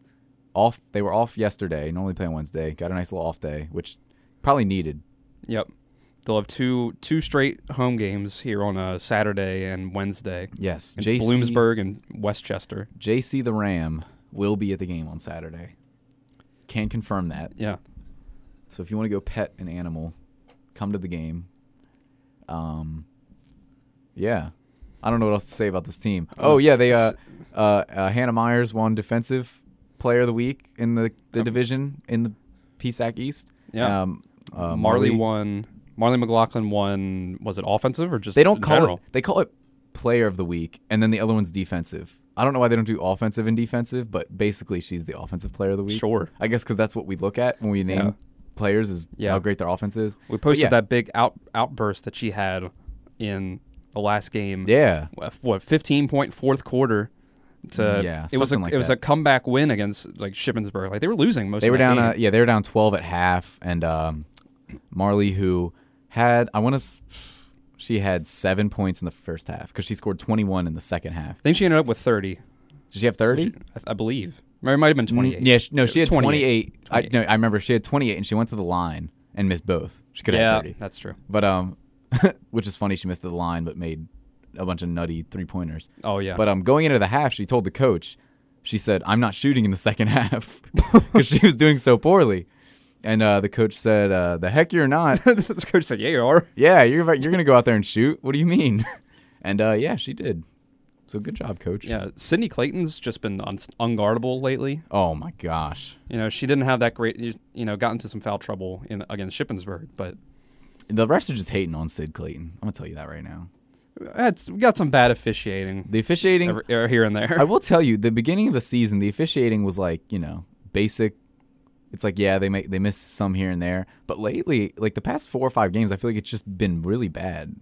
[SPEAKER 3] Off. They were off yesterday. Normally play on Wednesday. Got a nice little off day, which probably needed.
[SPEAKER 2] Yep. They'll have two two straight home games here on a Saturday and Wednesday.
[SPEAKER 3] Yes.
[SPEAKER 2] It's Bloomsburg and Westchester.
[SPEAKER 3] JC the Ram will be at the game on Saturday. Can confirm that.
[SPEAKER 2] Yeah.
[SPEAKER 3] So if you want to go pet an animal, come to the game. Um, yeah, I don't know what else to say about this team. Oh yeah, they uh, uh, uh Hannah Myers won defensive player of the week in the, the division in the PSAC East.
[SPEAKER 2] Yeah.
[SPEAKER 3] um, uh,
[SPEAKER 2] Marley, won. Marley McLaughlin won. Was it offensive or just
[SPEAKER 3] They don't
[SPEAKER 2] in
[SPEAKER 3] call
[SPEAKER 2] general?
[SPEAKER 3] it. They call it player of the week, and then the other one's defensive. I don't know why they don't do offensive and defensive, but basically she's the offensive player of the week.
[SPEAKER 2] Sure.
[SPEAKER 3] I guess because that's what we look at when we name
[SPEAKER 2] Yeah.
[SPEAKER 3] players is
[SPEAKER 2] Yeah.
[SPEAKER 3] how great their offense is.
[SPEAKER 2] We
[SPEAKER 3] But
[SPEAKER 2] posted
[SPEAKER 3] yeah,
[SPEAKER 2] that big out outburst that she had in the last game.
[SPEAKER 3] Yeah.
[SPEAKER 2] What- What fifteen point fourth quarter. To,
[SPEAKER 3] Yeah,
[SPEAKER 2] it was a
[SPEAKER 3] something like
[SPEAKER 2] it was
[SPEAKER 3] that.
[SPEAKER 2] a comeback win against like Shippensburg. Like they were losing most.
[SPEAKER 3] They
[SPEAKER 2] of
[SPEAKER 3] were
[SPEAKER 2] that
[SPEAKER 3] down.
[SPEAKER 2] game.
[SPEAKER 3] Uh, yeah, they were down twelve at half, and um, Marley, who had I want to, she had seven points in the first half because she scored twenty one in the second half.
[SPEAKER 2] I think she ended up with thirty.
[SPEAKER 3] Did she have uh, thirty? Mm,
[SPEAKER 2] I, I believe. Or it might have been twenty eight.
[SPEAKER 3] yeah, she, no, she had
[SPEAKER 2] 28.
[SPEAKER 3] twenty eight. I no, I remember she had twenty eight, and she went to the line and missed both. She could have had
[SPEAKER 2] Yeah,
[SPEAKER 3] thirty,
[SPEAKER 2] that's true.
[SPEAKER 3] but um, which is funny. She missed the line, but made a bunch of nutty three pointers.
[SPEAKER 2] Oh yeah.
[SPEAKER 3] But um, going into the half, she told the coach, she said, "I'm not shooting in the second half because she was doing so poorly." And uh, the coach said, uh, "The heck you're not.
[SPEAKER 2] this coach said, "Yeah, you are."
[SPEAKER 3] Yeah, you're about- you're gonna go out there and shoot. What do you mean?" And uh, yeah, she did. So good job, coach.
[SPEAKER 2] Yeah, Sydney Clayton's just been un- unguardable lately.
[SPEAKER 3] Oh my gosh.
[SPEAKER 2] You know, she didn't have that great. You, you know, got into some foul trouble in against Shippensburg, but
[SPEAKER 3] The refs are just hating on Sid Clayton. I'm gonna tell you that right now.
[SPEAKER 2] that's, we got some bad officiating
[SPEAKER 3] The officiating.
[SPEAKER 2] every, er, here and there.
[SPEAKER 3] I will tell you, the beginning of the season, the officiating was like, you know, basic. It's like, yeah, they make they miss some here and there, but lately, like the past four or five games, I feel like it's just been really bad.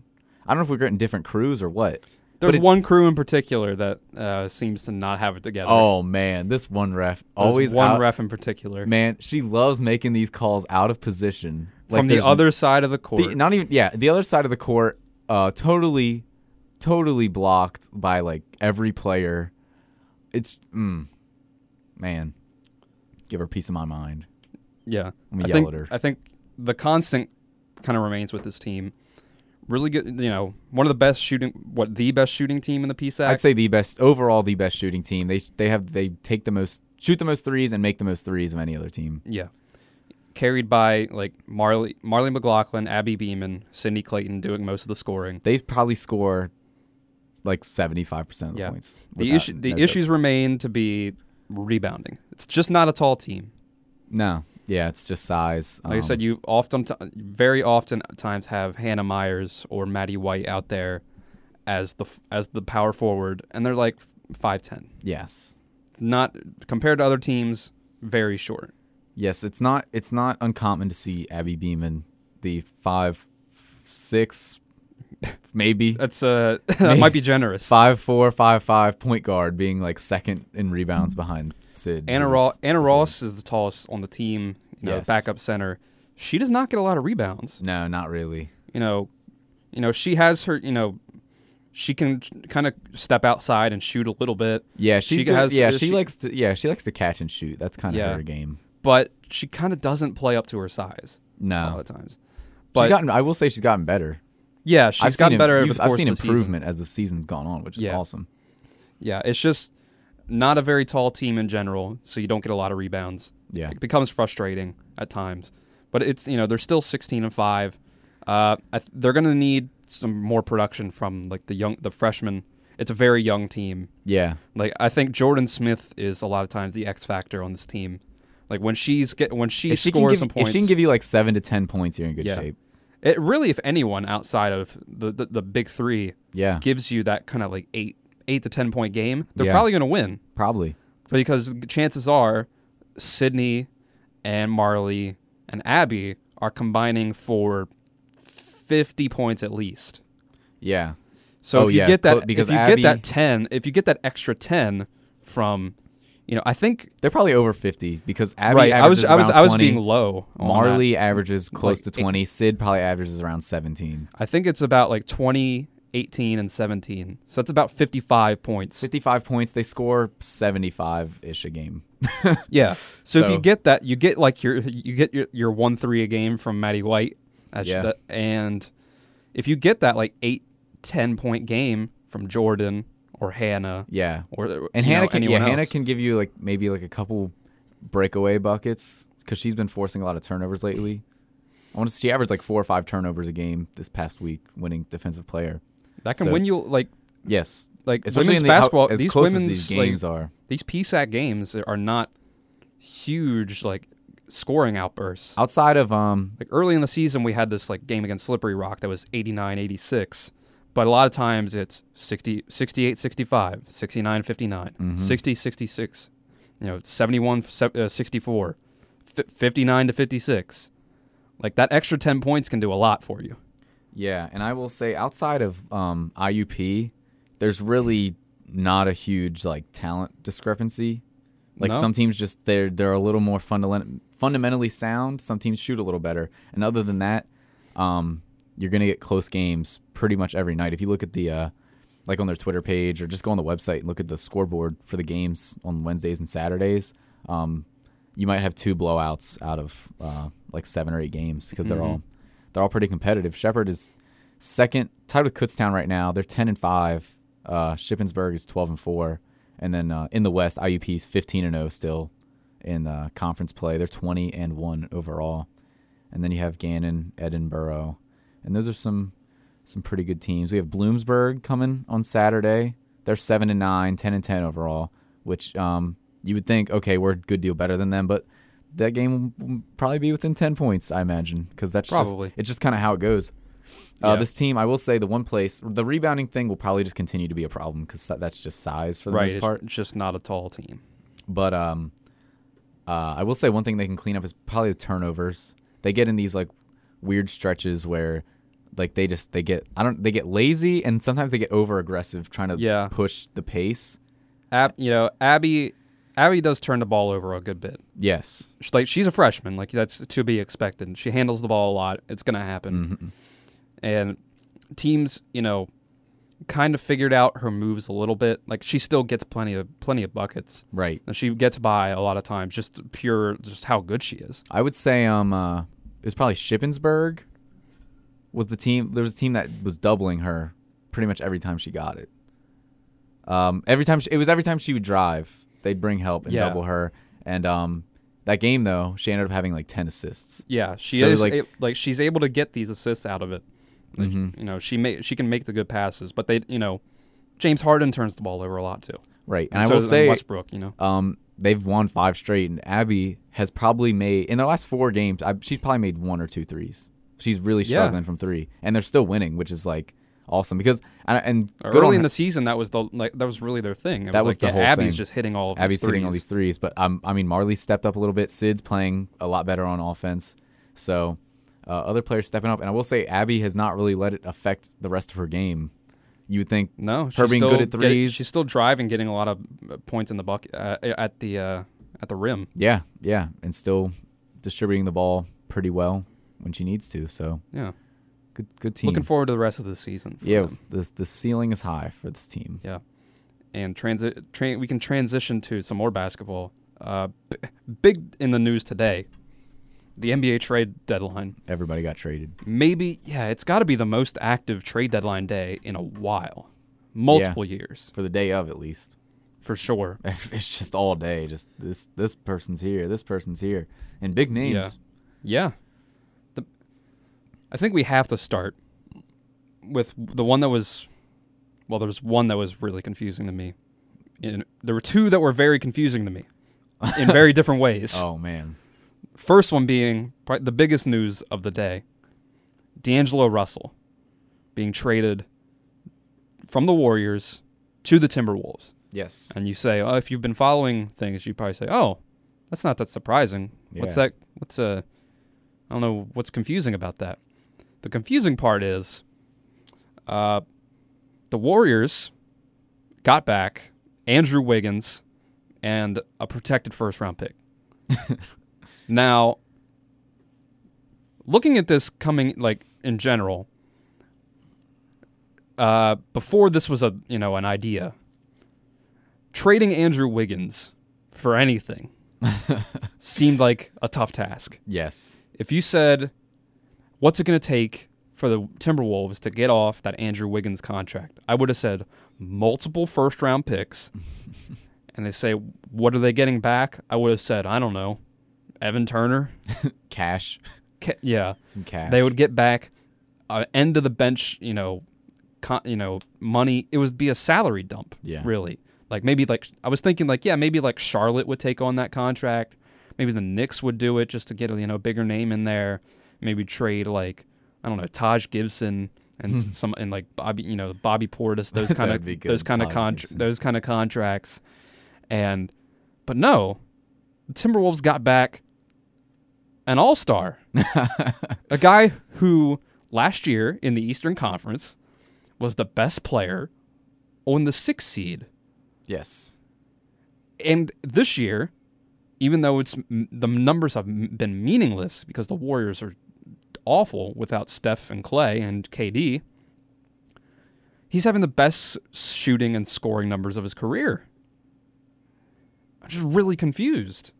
[SPEAKER 3] I don't know if we're getting different crews or what.
[SPEAKER 2] There's
[SPEAKER 3] but it-
[SPEAKER 2] one crew in particular that uh, seems to not have it together.
[SPEAKER 3] Oh man, this one ref
[SPEAKER 2] There's
[SPEAKER 3] always
[SPEAKER 2] one
[SPEAKER 3] out-
[SPEAKER 2] ref in particular
[SPEAKER 3] Man, she loves making these calls out of position
[SPEAKER 2] from the
[SPEAKER 3] there's-
[SPEAKER 2] other side of the court.
[SPEAKER 3] the, not even yeah, the other side of the court, uh, totally, totally blocked by like every player. It's mm, man, give her peace of my mind.
[SPEAKER 2] yeah,
[SPEAKER 3] I'm gonna
[SPEAKER 2] I
[SPEAKER 3] yell
[SPEAKER 2] think
[SPEAKER 3] at her.
[SPEAKER 2] I think the constant kind of remains with this team. Really good, you know, one of the best shooting, what the best shooting team in the PSAC.
[SPEAKER 3] I'd say the best overall, the best shooting team. They they have they take the most shoot the most threes and make the most threes of any other team.
[SPEAKER 2] Yeah. Carried by like Marley Marley McLaughlin, Abby Beeman, Cindy Clayton doing most of the scoring.
[SPEAKER 3] They probably score like seventy five percent of the
[SPEAKER 2] Yeah.
[SPEAKER 3] points.
[SPEAKER 2] The
[SPEAKER 3] without-
[SPEAKER 2] issue, the
[SPEAKER 3] no joke.
[SPEAKER 2] issues remain to be rebounding. It's just not a tall team.
[SPEAKER 3] No, yeah, it's just size.
[SPEAKER 2] Like I
[SPEAKER 3] um,
[SPEAKER 2] said, you often, very often times have Hannah Myers or Maddie White out there as the f- as the power forward, and they're like five ten.
[SPEAKER 3] yes,
[SPEAKER 2] Not compared to other teams, very short.
[SPEAKER 3] yes, it's not it's not uncommon to see Abby Beeman, the five, six, maybe
[SPEAKER 2] That's uh, that might be generous.
[SPEAKER 3] five four five five point guard being like second in rebounds behind Sid.
[SPEAKER 2] Anna,
[SPEAKER 3] who's-
[SPEAKER 2] Ro- Anna Ross is the tallest on the team, you know,
[SPEAKER 3] Yes.
[SPEAKER 2] backup center. She does not get a lot of rebounds.
[SPEAKER 3] No, not really.
[SPEAKER 2] You know, you know she has her. You know, she can kind of step outside and shoot a little bit,
[SPEAKER 3] Yeah, she's
[SPEAKER 2] She
[SPEAKER 3] good-
[SPEAKER 2] has-
[SPEAKER 3] yeah,
[SPEAKER 2] she-
[SPEAKER 3] she, likes to yeah, she likes to catch and shoot. That's kind of
[SPEAKER 2] Yeah.
[SPEAKER 3] her game.
[SPEAKER 2] but she kind of doesn't play up to her size a lot
[SPEAKER 3] No.
[SPEAKER 2] of times.
[SPEAKER 3] she's
[SPEAKER 2] Uh, But
[SPEAKER 3] gotten I will say she's gotten better.
[SPEAKER 2] yeah, she's
[SPEAKER 3] I've
[SPEAKER 2] gotten
[SPEAKER 3] seen im-
[SPEAKER 2] better over
[SPEAKER 3] you've-
[SPEAKER 2] the course
[SPEAKER 3] I've seen
[SPEAKER 2] of the season.
[SPEAKER 3] improvement as the season's gone on, which is
[SPEAKER 2] Yeah.
[SPEAKER 3] awesome.
[SPEAKER 2] Yeah, it's just not a very tall team in general, so you don't get a lot of rebounds.
[SPEAKER 3] Yeah.
[SPEAKER 2] It becomes frustrating at times, but it's you know they're still 16 and five. Uh, I th- they're going to need some more production from like the young the freshmen. It's a very young team.
[SPEAKER 3] Yeah.
[SPEAKER 2] Like I think Jordan Smith is a lot of times the X factor on this team. Like when she's get when she,
[SPEAKER 3] If she, can
[SPEAKER 2] scores
[SPEAKER 3] give,
[SPEAKER 2] some
[SPEAKER 3] if
[SPEAKER 2] points,
[SPEAKER 3] she can give you like seven to ten points, you're in good
[SPEAKER 2] Yeah.
[SPEAKER 3] shape.
[SPEAKER 2] it really if anyone outside of the the, the big three
[SPEAKER 3] Yeah.
[SPEAKER 2] gives you that kind of like eight eight to ten point game, they're
[SPEAKER 3] Yeah.
[SPEAKER 2] probably going to win.
[SPEAKER 3] Probably.
[SPEAKER 2] because chances are Sydney and Marley and Abby are combining for 50 points at least.
[SPEAKER 3] Yeah.
[SPEAKER 2] So
[SPEAKER 3] Oh,
[SPEAKER 2] if you
[SPEAKER 3] yeah,
[SPEAKER 2] get
[SPEAKER 3] clo-
[SPEAKER 2] that
[SPEAKER 3] because
[SPEAKER 2] if you
[SPEAKER 3] Abby-
[SPEAKER 2] get that 10, if you get that extra 10 from you know, I think
[SPEAKER 3] They're probably over fifty because Abby
[SPEAKER 2] right, I was
[SPEAKER 3] averages
[SPEAKER 2] I was
[SPEAKER 3] around
[SPEAKER 2] I was
[SPEAKER 3] 20,
[SPEAKER 2] being low on that.
[SPEAKER 3] Marley averages close
[SPEAKER 2] Like,
[SPEAKER 3] to twenty. Sid probably averages around seventeen.
[SPEAKER 2] I think it's about like 20 18 and 17. So that's about 55 points.
[SPEAKER 3] Fifty-five points. They score seventy-five ish a game.
[SPEAKER 2] Yeah. So, if you
[SPEAKER 3] So-
[SPEAKER 2] get that, you get like your you get your, your one three a game from Matty White. That's
[SPEAKER 3] Yeah.
[SPEAKER 2] the- and if you get that like eight ten point game from Jordan or Hannah
[SPEAKER 3] Yeah.
[SPEAKER 2] or
[SPEAKER 3] And
[SPEAKER 2] you know,
[SPEAKER 3] Hannah can yeah,
[SPEAKER 2] anyone
[SPEAKER 3] Hannah
[SPEAKER 2] else.
[SPEAKER 3] can give you like maybe like a couple breakaway buckets because she's been forcing a lot of turnovers lately. I want to she averaged like four or five turnovers a game this past week, winning defensive player.
[SPEAKER 2] that can
[SPEAKER 3] so-
[SPEAKER 2] win you like
[SPEAKER 3] Yes,
[SPEAKER 2] like
[SPEAKER 3] especially
[SPEAKER 2] women's
[SPEAKER 3] in the, how-
[SPEAKER 2] basketball.
[SPEAKER 3] as
[SPEAKER 2] these
[SPEAKER 3] close as
[SPEAKER 2] women's
[SPEAKER 3] these games
[SPEAKER 2] like,
[SPEAKER 3] are.
[SPEAKER 2] these PSAC games are not huge like scoring outbursts.
[SPEAKER 3] Outside of um,
[SPEAKER 2] like early in the season we had this like game against slippery rock that was 89 86 but a lot of times it's 60 68 65 69 59
[SPEAKER 3] Mm-hmm.
[SPEAKER 2] 60 66 you know 71 se- uh, 64 fi 59 to 56 like that extra 10 points can do a lot for you
[SPEAKER 3] Yeah, and I will say outside of um, IUP, there's really not a huge like talent discrepancy. Like
[SPEAKER 2] No.
[SPEAKER 3] some teams just they're they're a little more fundament- fundamentally sound. Some teams shoot a little better, and other than that, um, you're gonna get close games pretty much every night. If you look at the uh, like on their Twitter page or just go on the website and look at the scoreboard for the games on Wednesdays and Saturdays, um, you might have two blowouts out of uh, like seven or eight games because they're all they're all pretty competitive. Shepherd is second, tied with Kutztown right now. They're ten and five. Uh, Shippensburg is twelve and four, and then uh, in the West, IUP is fifteen and zero still in uh, conference play. They're twenty and one overall, and then you have Gannon, Edinburgh, and those are some some pretty good teams. We have Bloomsburg coming on Saturday. They're seven and nine, 10 and ten overall, which um, you would think, okay, we're a good deal better than them, but that game will probably be within ten points, I imagine, because that's just-
[SPEAKER 2] Probably.
[SPEAKER 3] it's just kind of how it goes.
[SPEAKER 2] Yeah.
[SPEAKER 3] Uh, this team, I will say, the one place the rebounding thing will probably just continue to be a problem because that's just size for the
[SPEAKER 2] right
[SPEAKER 3] most
[SPEAKER 2] it's
[SPEAKER 3] part.
[SPEAKER 2] just not a tall team
[SPEAKER 3] But um, uh, I will say one thing they can clean up is probably the turnovers. They get in these like weird stretches where like they just they get I don't they get lazy and sometimes they get over aggressive trying to
[SPEAKER 2] Yeah.
[SPEAKER 3] push the pace.
[SPEAKER 2] Ab- you know abby abby does turn the ball over a good bit
[SPEAKER 3] Yes.
[SPEAKER 2] She's like she's a freshman like that's to be expected she handles the ball a lot it's gonna happen
[SPEAKER 3] Mm-hmm.
[SPEAKER 2] and teams you know kind of figured out her moves a little bit like she still gets plenty of plenty of buckets
[SPEAKER 3] Right.
[SPEAKER 2] and she gets by a lot of times just pure just how good she is
[SPEAKER 3] I would say um uh, it was probably Shippensburg was the team. There was a team that was doubling her pretty much every time she got it. Um, every time she, it was every time she would drive, they'd bring help and
[SPEAKER 2] Yeah.
[SPEAKER 3] double her. And um, that game though, she ended up having like ten assists.
[SPEAKER 2] yeah she
[SPEAKER 3] So,
[SPEAKER 2] is
[SPEAKER 3] like-
[SPEAKER 2] like, like she's able
[SPEAKER 3] Mm-hmm.
[SPEAKER 2] to get these assists out of it Like, you know she may she can make the good passes but they you know James Harden turns the ball over a lot too.
[SPEAKER 3] Right. And, I
[SPEAKER 2] so
[SPEAKER 3] will
[SPEAKER 2] does
[SPEAKER 3] say
[SPEAKER 2] Westbrook, you know,
[SPEAKER 3] um, they've won five straight, and Abby has probably made in their last four games. I, she's probably made one or two threes. She's really
[SPEAKER 2] Yeah.
[SPEAKER 3] struggling from three, and they're still winning, which is like awesome because and, and good
[SPEAKER 2] early
[SPEAKER 3] on
[SPEAKER 2] in the season that was the like that was really their thing. It
[SPEAKER 3] That
[SPEAKER 2] was,
[SPEAKER 3] was
[SPEAKER 2] like,
[SPEAKER 3] the
[SPEAKER 2] yeah,
[SPEAKER 3] whole
[SPEAKER 2] Abby's
[SPEAKER 3] thing.
[SPEAKER 2] just hitting all of
[SPEAKER 3] Abby's
[SPEAKER 2] these
[SPEAKER 3] hitting all these
[SPEAKER 2] threes.
[SPEAKER 3] threes, but um, I mean Marley stepped up a little bit. Sid's playing a lot better on offense, so uh, other players stepping up. And I will say Abby has not really let it affect the rest of her game. You would think
[SPEAKER 2] No, she's
[SPEAKER 3] her being
[SPEAKER 2] still
[SPEAKER 3] good at
[SPEAKER 2] getting-
[SPEAKER 3] threes.
[SPEAKER 2] she's still driving, getting a lot of uh, points in the bucket uh, at the uh, at the rim.
[SPEAKER 3] yeah, yeah, and still distributing the ball pretty well when she needs to. So
[SPEAKER 2] Yeah,
[SPEAKER 3] good, good team.
[SPEAKER 2] looking forward to the rest of the season. For
[SPEAKER 3] yeah,
[SPEAKER 2] them.
[SPEAKER 3] the the ceiling is high for this team.
[SPEAKER 2] yeah, and transit. Tra- we can transition to some more basketball. Uh, b- big in the news today, the NBA trade deadline.
[SPEAKER 3] Everybody got traded.
[SPEAKER 2] Maybe yeah, it's got to be the most active trade deadline day in a while, multiple years
[SPEAKER 3] for the day of at least.
[SPEAKER 2] for sure.
[SPEAKER 3] It's just all day. Just this this person's here, this person's here, and big names.
[SPEAKER 2] Yeah. Yeah. The, I think we have to start with the one that was, well, there was one that was really confusing to me. And there were two that were very confusing to me in very different ways.
[SPEAKER 3] Oh man,
[SPEAKER 2] First one being pri- the biggest news of the day D'Angelo Russell being traded from the Warriors to the Timberwolves.
[SPEAKER 3] yes.
[SPEAKER 2] And you say, oh, if you've been following things, you probably say, oh, that's not that surprising. What's
[SPEAKER 3] Yeah.
[SPEAKER 2] that? What's uh, I don't know what's confusing about that. The confusing part is, uh, the Warriors got back Andrew Wiggins and a protected first round pick. now, looking at this coming like in general, uh, before this was a you know an idea, trading Andrew Wiggins for anything seemed like a tough task.
[SPEAKER 3] Yes.
[SPEAKER 2] If you said, "What's it going to take for the Timberwolves to get off that Andrew Wiggins contract?" I would have said multiple first-round picks. and they say, "What are they getting back?" I would have said, "I don't know, Evan Turner."
[SPEAKER 3] Cash.
[SPEAKER 2] Ca- yeah,
[SPEAKER 3] Some cash.
[SPEAKER 2] they would get back uh, end of the bench, you know, con- you know, money. It would be a salary dump,
[SPEAKER 3] Yeah.
[SPEAKER 2] really. Like maybe like I was thinking like yeah, maybe like Charlotte would take on that contract. Maybe the Knicks would do it just to get you know a bigger name in there. Maybe trade like I don't know Taj Gibson and s- some and like Bobby you know Bobby Portis those kind
[SPEAKER 3] That'd be
[SPEAKER 2] of
[SPEAKER 3] good,
[SPEAKER 2] those kind of
[SPEAKER 3] Taj
[SPEAKER 2] contr
[SPEAKER 3] Gibson.
[SPEAKER 2] those kind of contracts. And but no, the Timberwolves got back an all star, a guy who last year in the Eastern Conference was the best player on the sixth seed.
[SPEAKER 3] Yes.
[SPEAKER 2] And this year, even though it's the numbers have m- been meaningless because the Warriors are awful without Steph and Clay and KD, he's having the best shooting and scoring numbers of his career. I'm just really confused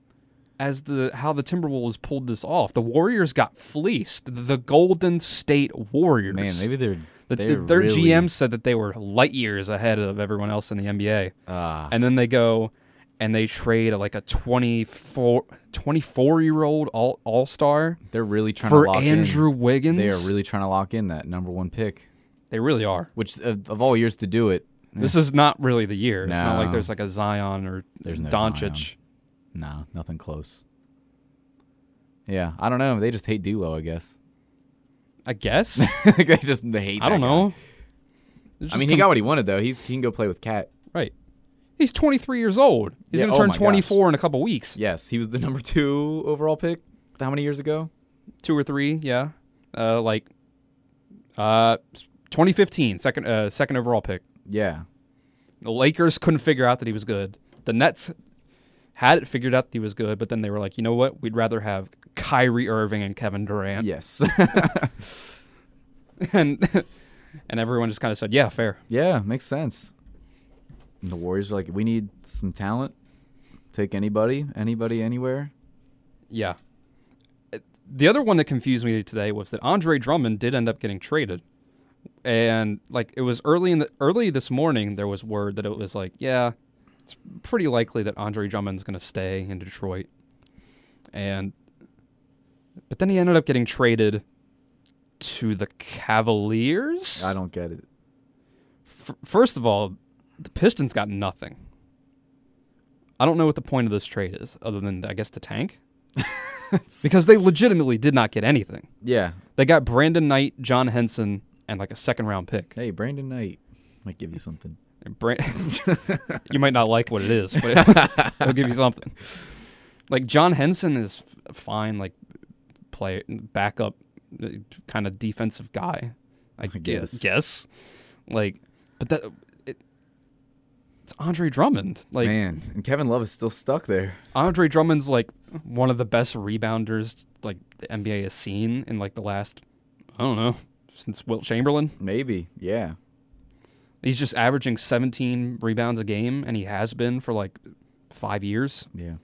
[SPEAKER 2] as the how the Timberwolves pulled this off. The Warriors got fleeced. The Golden State Warriors.
[SPEAKER 3] Man, maybe they're
[SPEAKER 2] The-
[SPEAKER 3] they're
[SPEAKER 2] their
[SPEAKER 3] really,
[SPEAKER 2] GM said that they were light years ahead of everyone else in the NBA
[SPEAKER 3] Ah,
[SPEAKER 2] and then they go and they trade like a 24, 24 year old all all star
[SPEAKER 3] they're really trying to
[SPEAKER 2] for
[SPEAKER 3] lock
[SPEAKER 2] Andrew
[SPEAKER 3] in.
[SPEAKER 2] Wiggins.
[SPEAKER 3] They are really trying to lock in that number one pick,
[SPEAKER 2] They really are.
[SPEAKER 3] which of, of all years to do it,
[SPEAKER 2] This is not really the year. It's not like
[SPEAKER 3] No.
[SPEAKER 2] there's like a Zion or
[SPEAKER 3] There's no
[SPEAKER 2] Doncic.
[SPEAKER 3] Zion. nah, nothing close. Yeah, I don't know. They just hate D'Lo, I guess.
[SPEAKER 2] I guess.
[SPEAKER 3] they just they hate.
[SPEAKER 2] I don't
[SPEAKER 3] that guy.
[SPEAKER 2] know.
[SPEAKER 3] I mean, he got what he wanted though. He's, he can go play with Cat.
[SPEAKER 2] right. He's 23 years old. He's
[SPEAKER 3] Yeah,
[SPEAKER 2] gonna
[SPEAKER 3] oh
[SPEAKER 2] turn
[SPEAKER 3] my gosh.
[SPEAKER 2] 24 in a couple weeks,
[SPEAKER 3] Yes, he was the number two overall pick. How many years ago?
[SPEAKER 2] two or three. Yeah, uh, like uh, 2015, second uh, second overall pick.
[SPEAKER 3] Yeah,
[SPEAKER 2] The Lakers couldn't figure out that he was good. The Nets had it figured out that he was good, but then they were like, you know what? We'd rather have Kyrie Irving and Kevin Durant.
[SPEAKER 3] yes,
[SPEAKER 2] And and everyone just kind of said, yeah, fair.
[SPEAKER 3] yeah, makes sense. And the Warriors are like, we need some talent. Take anybody, anybody, anywhere.
[SPEAKER 2] Yeah. The other one that confused me today was that Andre Drummond did end up getting traded. And like it was early in the early this morning there was word that it was like, yeah, it's pretty likely that Andre Drummond's going to stay in Detroit. And but then he ended up getting traded to the Cavaliers.
[SPEAKER 3] I don't get it.
[SPEAKER 2] F- first of all, The Pistons got nothing. I don't know what the point of this trade is, other than I guess to tank, because they legitimately did not get anything.
[SPEAKER 3] Yeah.
[SPEAKER 2] They got Brandon Knight, John Henson, and like a second round pick.
[SPEAKER 3] Hey, Brandon Knight might give you something.
[SPEAKER 2] And Brand- you might not like what it is, but it'll give you something. Like John Henson is f- fine, like play backup uh, kind of defensive guy. I, guess.
[SPEAKER 3] guess.
[SPEAKER 2] guess. Like, but that it, it's Andre Drummond. Like
[SPEAKER 3] Man, and Kevin Love is still stuck there.
[SPEAKER 2] Andre Drummond's like one of the best rebounders like the NBA has seen in like the last I don't know since Wilt Chamberlain.
[SPEAKER 3] Maybe. Yeah.
[SPEAKER 2] He's just averaging 17 rebounds a game, and he has been for like five years.
[SPEAKER 3] Yeah.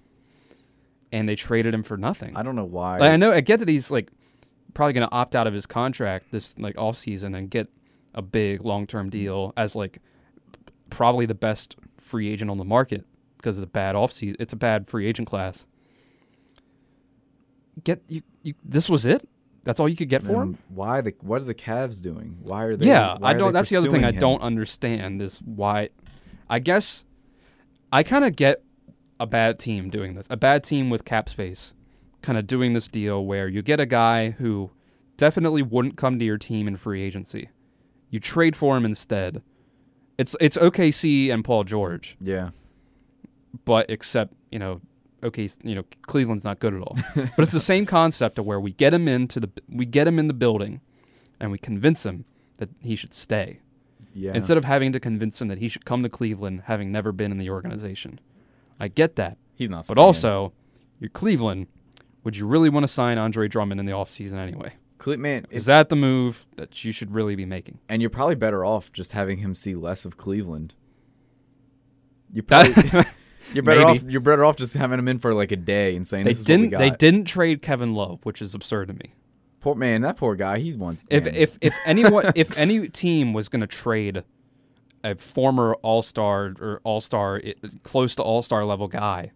[SPEAKER 2] And they traded him for nothing.
[SPEAKER 3] I don't know why.
[SPEAKER 2] Like, I know I get that he's like probably going to opt out of his contract this like off season and get a big long term
[SPEAKER 3] Mm-hmm.
[SPEAKER 2] deal as like probably the best free agent on the market because it's a bad off season. It's a bad free agent class. Get you, you. This was it. That's all you could get
[SPEAKER 3] Then
[SPEAKER 2] for him.
[SPEAKER 3] Why the what are the Cavs doing? Why are they
[SPEAKER 2] yeah,
[SPEAKER 3] why
[SPEAKER 2] I
[SPEAKER 3] are they
[SPEAKER 2] don't. That's the other thing
[SPEAKER 3] pursuing
[SPEAKER 2] I
[SPEAKER 3] him?
[SPEAKER 2] don't understand is why. I guess I kind of get a bad team doing this. A bad team with cap space, kind of doing this deal where you get a guy who definitely wouldn't come to your team in free agency. You trade for him instead. It's it's OKC and Paul George,
[SPEAKER 3] Yeah.
[SPEAKER 2] but except you know, OK, you know Cleveland's not good at all. but it's the same concept of where we get him into the we get him in the building, and we convince him that he should stay
[SPEAKER 3] Yeah.
[SPEAKER 2] instead of having to convince him that he should come to Cleveland, having never been in the organization. I get that,
[SPEAKER 3] he's not
[SPEAKER 2] but
[SPEAKER 3] staying.
[SPEAKER 2] also, you're Cleveland. Would you really want to sign Andre Drummond in the offseason anyway?
[SPEAKER 3] Cle- man,
[SPEAKER 2] Is
[SPEAKER 3] if-
[SPEAKER 2] that the move that you should really be making?
[SPEAKER 3] and you're probably better off just having him see less of Cleveland. You probably
[SPEAKER 2] That,
[SPEAKER 3] You're better
[SPEAKER 2] Maybe.
[SPEAKER 3] off. You're better off just having him in for like a day and saying
[SPEAKER 2] they
[SPEAKER 3] this is what we
[SPEAKER 2] didn't. They
[SPEAKER 3] got."
[SPEAKER 2] didn't trade Kevin Love, which is absurd to me.
[SPEAKER 3] Poor man, that poor guy. He wants.
[SPEAKER 2] If
[SPEAKER 3] man.
[SPEAKER 2] if if anyone, if any team was going to trade a former All Star or All Star close to All Star level guy,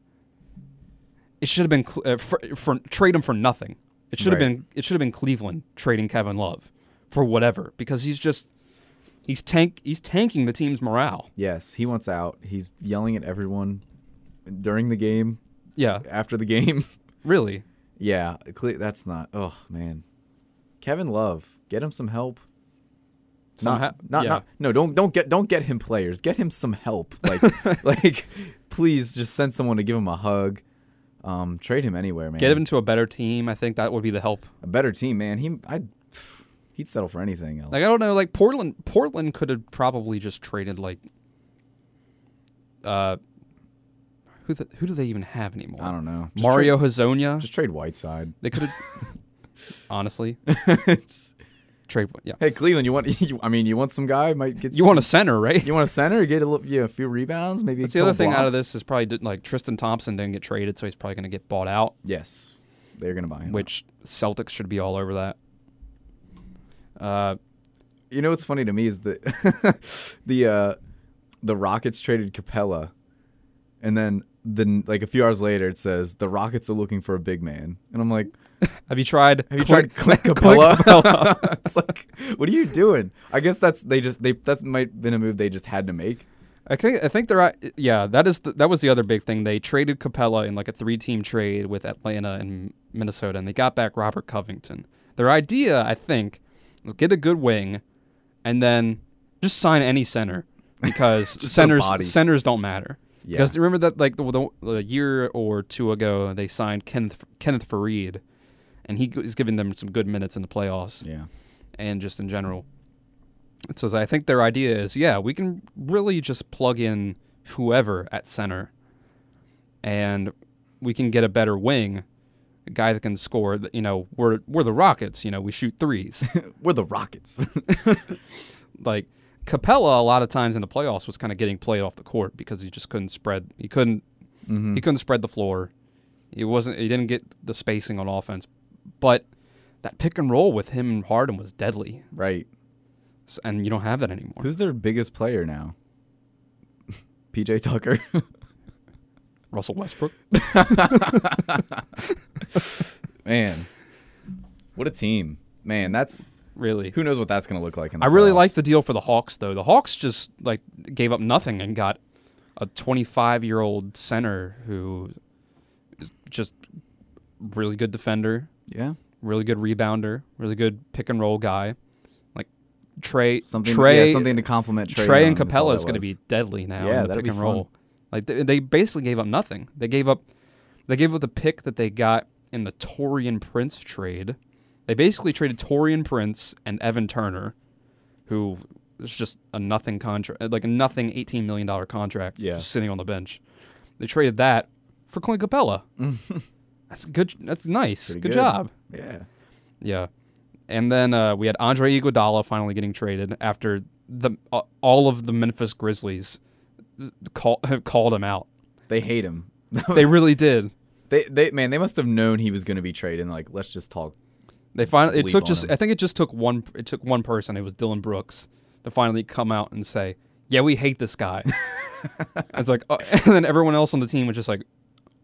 [SPEAKER 2] it should have been Cle- uh, for, for trade him for nothing. It should have
[SPEAKER 3] Right.
[SPEAKER 2] been it should have been Cleveland trading Kevin Love for whatever because he's just he's tank he's tanking the team's morale.
[SPEAKER 3] yes, he wants out. He's yelling at everyone during the game,
[SPEAKER 2] Yeah,
[SPEAKER 3] after the game.
[SPEAKER 2] really.
[SPEAKER 3] yeah, cle- that's not. Oh man, Kevin Love, get him some help.
[SPEAKER 2] Somehow-
[SPEAKER 3] not not,
[SPEAKER 2] yeah.
[SPEAKER 3] not no don't don't get don't get him players get him some help like like please just send someone to give him a hug um trade him anywhere man
[SPEAKER 2] Get him to a better team. I think that would be the help.
[SPEAKER 3] a better team man he I he'd settle for anything else
[SPEAKER 2] Like I don't know, like Portland Portland could have probably just traded like uh who the, who do they even have anymore?
[SPEAKER 3] I don't know. Just
[SPEAKER 2] Mario
[SPEAKER 3] trade,
[SPEAKER 2] Hazonia.
[SPEAKER 3] just trade Whiteside.
[SPEAKER 2] they could have honestly
[SPEAKER 3] It's-
[SPEAKER 2] trade yeah.
[SPEAKER 3] hey Cleveland, you want? You, I mean, you want some guy might get.
[SPEAKER 2] You want a center, right?
[SPEAKER 3] You want a center? Get a little, yeah, a few rebounds, maybe.
[SPEAKER 2] That's
[SPEAKER 3] a
[SPEAKER 2] the other
[SPEAKER 3] couple
[SPEAKER 2] thing out of
[SPEAKER 3] blocks?
[SPEAKER 2] this is probably did, like Tristan Thompson didn't get traded, so he's probably going to get bought out,
[SPEAKER 3] Yes, they're gonna buy him.
[SPEAKER 2] which Celtics should be all over that. Uh,
[SPEAKER 3] you know what's funny to me is that the uh, the Rockets traded Capella, and then then like a few hours later it says the Rockets are looking for a big man, and I'm like,
[SPEAKER 2] have you tried?
[SPEAKER 3] Have you
[SPEAKER 2] Clint-
[SPEAKER 3] tried Clint Capella? it's like, what are you doing? I guess that's they just they that might been a move they just had to make.
[SPEAKER 2] I think I think they're at, yeah that is the, that was the other big thing they traded Capella in like a three team trade with Atlanta and Minnesota and they got back Robert Covington. Their idea I think was get a good wing and then just sign any center because
[SPEAKER 3] Just their
[SPEAKER 2] centers
[SPEAKER 3] body.
[SPEAKER 2] centers don't matter.
[SPEAKER 3] Yeah.
[SPEAKER 2] Because remember that like the, the, the year or two ago they signed Kenneth Kenneth Fareed and he is giving them some good minutes in the playoffs
[SPEAKER 3] Yeah.
[SPEAKER 2] and just in general. So I think their idea is, yeah, we can really just plug in whoever at center, and we can get a better wing, a guy that can score. that, You know, we're we're the Rockets. You know, we shoot threes.
[SPEAKER 3] We're the Rockets.
[SPEAKER 2] like Capella, a lot of times in the playoffs was kind of getting played off the court because he just couldn't spread. He couldn't. He couldn't spread the floor. He wasn't. He didn't get the spacing on offense, but that pick and roll with him and Harden was deadly.
[SPEAKER 3] right.
[SPEAKER 2] S- and you don't have that anymore.
[SPEAKER 3] Who's their biggest player now? PJ Tucker.
[SPEAKER 2] Russell Westbrook?
[SPEAKER 3] Man. What a team. Man, that's
[SPEAKER 2] really.
[SPEAKER 3] Who knows what that's going to look like? In the
[SPEAKER 2] I really
[SPEAKER 3] playoffs.
[SPEAKER 2] like the deal for the Hawks though. The Hawks just like gave up nothing and got a 25 year old center who is just really good defender,
[SPEAKER 3] yeah
[SPEAKER 2] really good rebounder, really good pick and roll guy. Like Trey,
[SPEAKER 3] something
[SPEAKER 2] Trey,
[SPEAKER 3] yeah, something to compliment Trey.
[SPEAKER 2] Trey, and Capella is going to be deadly now
[SPEAKER 3] Yeah,
[SPEAKER 2] in the
[SPEAKER 3] that'd
[SPEAKER 2] pick
[SPEAKER 3] be
[SPEAKER 2] and
[SPEAKER 3] fun.
[SPEAKER 2] roll. Like they, they basically gave up nothing. They gave up they gave up the pick that they got in the Torian Prince trade. They basically traded Torian Prince and Evan Turner, who is just a nothing contract, like a nothing eighteen million dollar contract,
[SPEAKER 3] Yeah.
[SPEAKER 2] just sitting on the bench. They traded that for Clint Capella. that's good. That's nice.
[SPEAKER 3] Pretty
[SPEAKER 2] Good,
[SPEAKER 3] good.
[SPEAKER 2] job.
[SPEAKER 3] yeah
[SPEAKER 2] Yeah. And then uh, we had Andre Iguodala finally getting traded after the uh, all of the Memphis Grizzlies uh, call, have called him out.
[SPEAKER 3] they hate him
[SPEAKER 2] They really did.
[SPEAKER 3] they they man they must have known he was going to be traded and like let's just talk
[SPEAKER 2] They finally it
[SPEAKER 3] Bleep
[SPEAKER 2] took
[SPEAKER 3] on
[SPEAKER 2] just
[SPEAKER 3] him.
[SPEAKER 2] I think it just took one it took one person. It was Dylan Brooks to finally come out and say, "Yeah, we hate this guy." And it's like, oh, and then everyone else on the team was just like,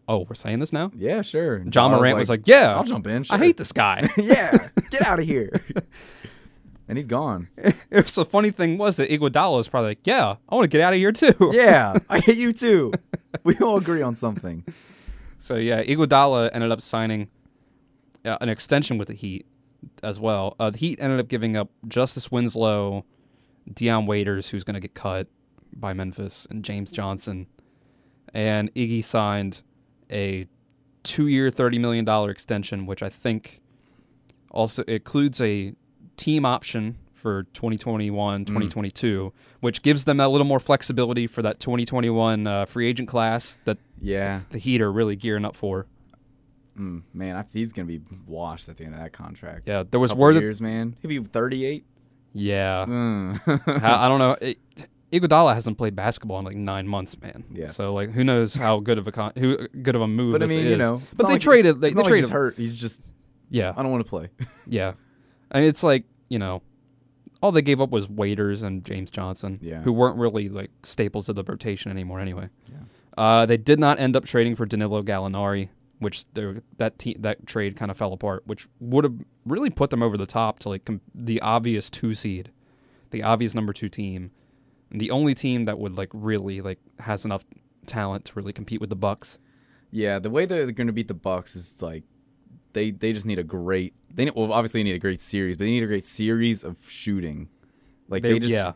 [SPEAKER 2] "Oh, we're saying this now."
[SPEAKER 3] yeah sure And
[SPEAKER 2] John
[SPEAKER 3] Ja
[SPEAKER 2] Morant was like, "Yeah,
[SPEAKER 3] I'll jump in
[SPEAKER 2] I
[SPEAKER 3] sure."
[SPEAKER 2] hate this guy."
[SPEAKER 3] yeah get out of here and he's gone
[SPEAKER 2] it was the funny thing was that Iguodala was probably like, "Yeah, I want to get out of here too."
[SPEAKER 3] yeah I hate you too we all agree on something
[SPEAKER 2] So yeah, Iguodala ended up signing uh, an extension with the Heat as well. Uh, the Heat ended up giving up Justice Winslow, Deion Waiters, who's going to get cut by Memphis, and James Johnson. And Iggy signed a two-year, thirty million dollar extension, which I think also includes a team option for 2021 2022 which gives them that little more flexibility for that 2021 uh, free agent class that
[SPEAKER 3] yeah
[SPEAKER 2] the Heat are really gearing up for.
[SPEAKER 3] Mm, man I, he's going to be washed at the end of that contract
[SPEAKER 2] Yeah, there was
[SPEAKER 3] Couple
[SPEAKER 2] word. That,
[SPEAKER 3] years man he'll be 38
[SPEAKER 2] yeah,
[SPEAKER 3] Mm.
[SPEAKER 2] I, I don't know. It, Iguodala hasn't played basketball in like nine months, man.
[SPEAKER 3] Yes.
[SPEAKER 2] So like, who knows how good of a con- who good of a move?
[SPEAKER 3] but I
[SPEAKER 2] this
[SPEAKER 3] mean
[SPEAKER 2] is.
[SPEAKER 3] you know it's
[SPEAKER 2] but
[SPEAKER 3] not
[SPEAKER 2] they
[SPEAKER 3] like-
[SPEAKER 2] traded. They,
[SPEAKER 3] it's
[SPEAKER 2] they
[SPEAKER 3] not like
[SPEAKER 2] traded.
[SPEAKER 3] he's
[SPEAKER 2] him.
[SPEAKER 3] hurt he's just
[SPEAKER 2] Yeah,
[SPEAKER 3] I don't want to play
[SPEAKER 2] yeah. I mean, it's like you know, all they gave up was waiters and James Johnson,
[SPEAKER 3] Yeah.
[SPEAKER 2] who weren't really like staples of the rotation anymore. Anyway,
[SPEAKER 3] Yeah.
[SPEAKER 2] uh, they did not end up trading for Danilo Gallinari, which there- that te- that trade kind of fell apart, which would have really put them over the top to like com- the obvious two seed, the obvious number two team, and the only team that would like really like has enough talent to really compete with the Bucks.
[SPEAKER 3] Yeah, the way they're going to beat the Bucks is like they they just need a great they need, well obviously they need a great series, but they need a great series of shooting. Like they, just
[SPEAKER 2] yeah,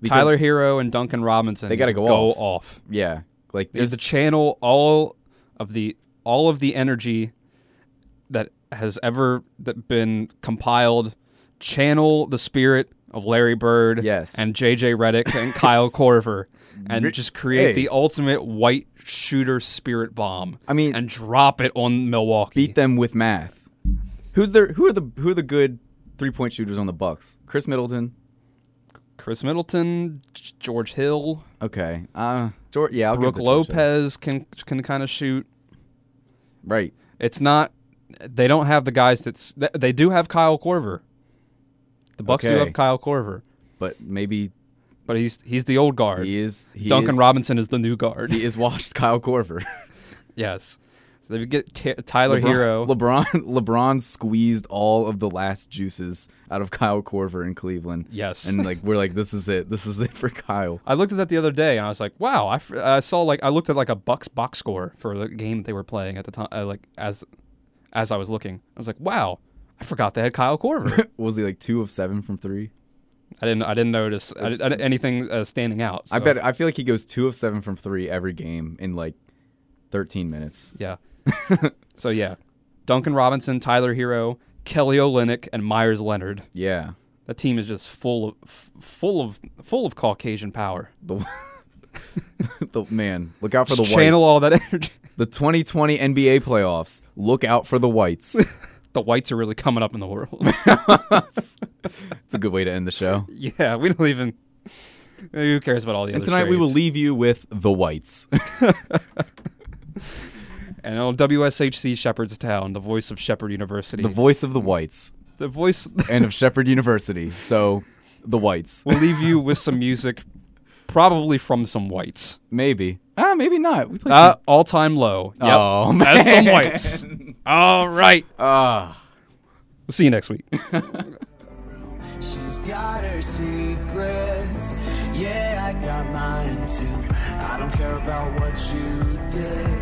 [SPEAKER 3] because-
[SPEAKER 2] Tyler Hero and Duncan Robinson
[SPEAKER 3] They gotta go off.
[SPEAKER 2] off.
[SPEAKER 3] yeah like
[SPEAKER 2] They're
[SPEAKER 3] there's
[SPEAKER 2] the channel all of the all of the energy that has ever that been compiled. Channel the spirit of Larry Bird,
[SPEAKER 3] Yes.
[SPEAKER 2] and JJ Redick and Kyle Corver, and
[SPEAKER 3] Re-
[SPEAKER 2] just create
[SPEAKER 3] hey.
[SPEAKER 2] the ultimate white shooter spirit bomb.
[SPEAKER 3] I mean-
[SPEAKER 2] and drop it on Milwaukee.
[SPEAKER 3] beat them with math. Who's their who are the who are the good three point shooters on the Bucks? Chris Middleton.
[SPEAKER 2] Chris Middleton, G- George Hill,
[SPEAKER 3] Okay. Uh George, yeah, I'll give
[SPEAKER 2] Brooke
[SPEAKER 3] it to George Hill.
[SPEAKER 2] Lopez can can kind of shoot.
[SPEAKER 3] Right.
[SPEAKER 2] It's not. They don't have the guys that's. th- They do have Kyle Corver. The Bucks do
[SPEAKER 3] Okay.
[SPEAKER 2] have Kyle Corver,
[SPEAKER 3] But maybe
[SPEAKER 2] but he's he's the old guard.
[SPEAKER 3] he is he
[SPEAKER 2] Duncan
[SPEAKER 3] is,
[SPEAKER 2] Robinson is the new guard.
[SPEAKER 3] He is washed Kyle Corver.
[SPEAKER 2] yes. So they get t- Tyler
[SPEAKER 3] LeBron,
[SPEAKER 2] Hero.
[SPEAKER 3] LeBron LeBron squeezed all of the last juices out of Kyle Corver in Cleveland.
[SPEAKER 2] Yes.
[SPEAKER 3] And like we're like this is it. This is it for Kyle.
[SPEAKER 2] I looked at that the other day and I was like, wow. I, f- I saw like I looked at like a Bucks box score for the game they were playing at the time. Uh, like as as I was looking, I was like, wow. I forgot they had Kyle Corver.
[SPEAKER 3] Was he like 2 of 7 from 3?
[SPEAKER 2] I didn't. I didn't notice I didn't, I didn't- anything uh, standing out.
[SPEAKER 3] I
[SPEAKER 2] so,
[SPEAKER 3] bet I feel like he goes 2 of 7 from 3 every game in like 13 minutes.
[SPEAKER 2] Yeah. so yeah, Duncan Robinson, Tyler Hero, Kelly Olynyk, and Myers Leonard.
[SPEAKER 3] Yeah.
[SPEAKER 2] That team is just full of f- full of full of Caucasian power.
[SPEAKER 3] The the man, look out for the
[SPEAKER 2] Just channel
[SPEAKER 3] whites.
[SPEAKER 2] all that energy.
[SPEAKER 3] The 2020 NBA playoffs. Look out for the whites.
[SPEAKER 2] the whites are really coming up in the world.
[SPEAKER 3] it's a good way to end the show.
[SPEAKER 2] yeah, we don't even. eh, Who cares about all the
[SPEAKER 3] And
[SPEAKER 2] other
[SPEAKER 3] tonight we will
[SPEAKER 2] trades?
[SPEAKER 3] leave you with the whites.
[SPEAKER 2] And oh, on WSHC Shepherdstown, the voice of Shepherd University,
[SPEAKER 3] the voice of the whites.
[SPEAKER 2] the voice.
[SPEAKER 3] and of Shepherd University. So the whites,
[SPEAKER 2] we'll leave you with some music, probably from some whites.
[SPEAKER 3] maybe. Ah, maybe not. We play.
[SPEAKER 2] Uh, all time low. Yep.
[SPEAKER 3] Oh,
[SPEAKER 2] That's some
[SPEAKER 3] man.
[SPEAKER 2] whites. All right.
[SPEAKER 3] some- ah.
[SPEAKER 2] We'll see you next week.
[SPEAKER 4] She's got her secrets. Yeah, I got mine too. I don't care about what you did.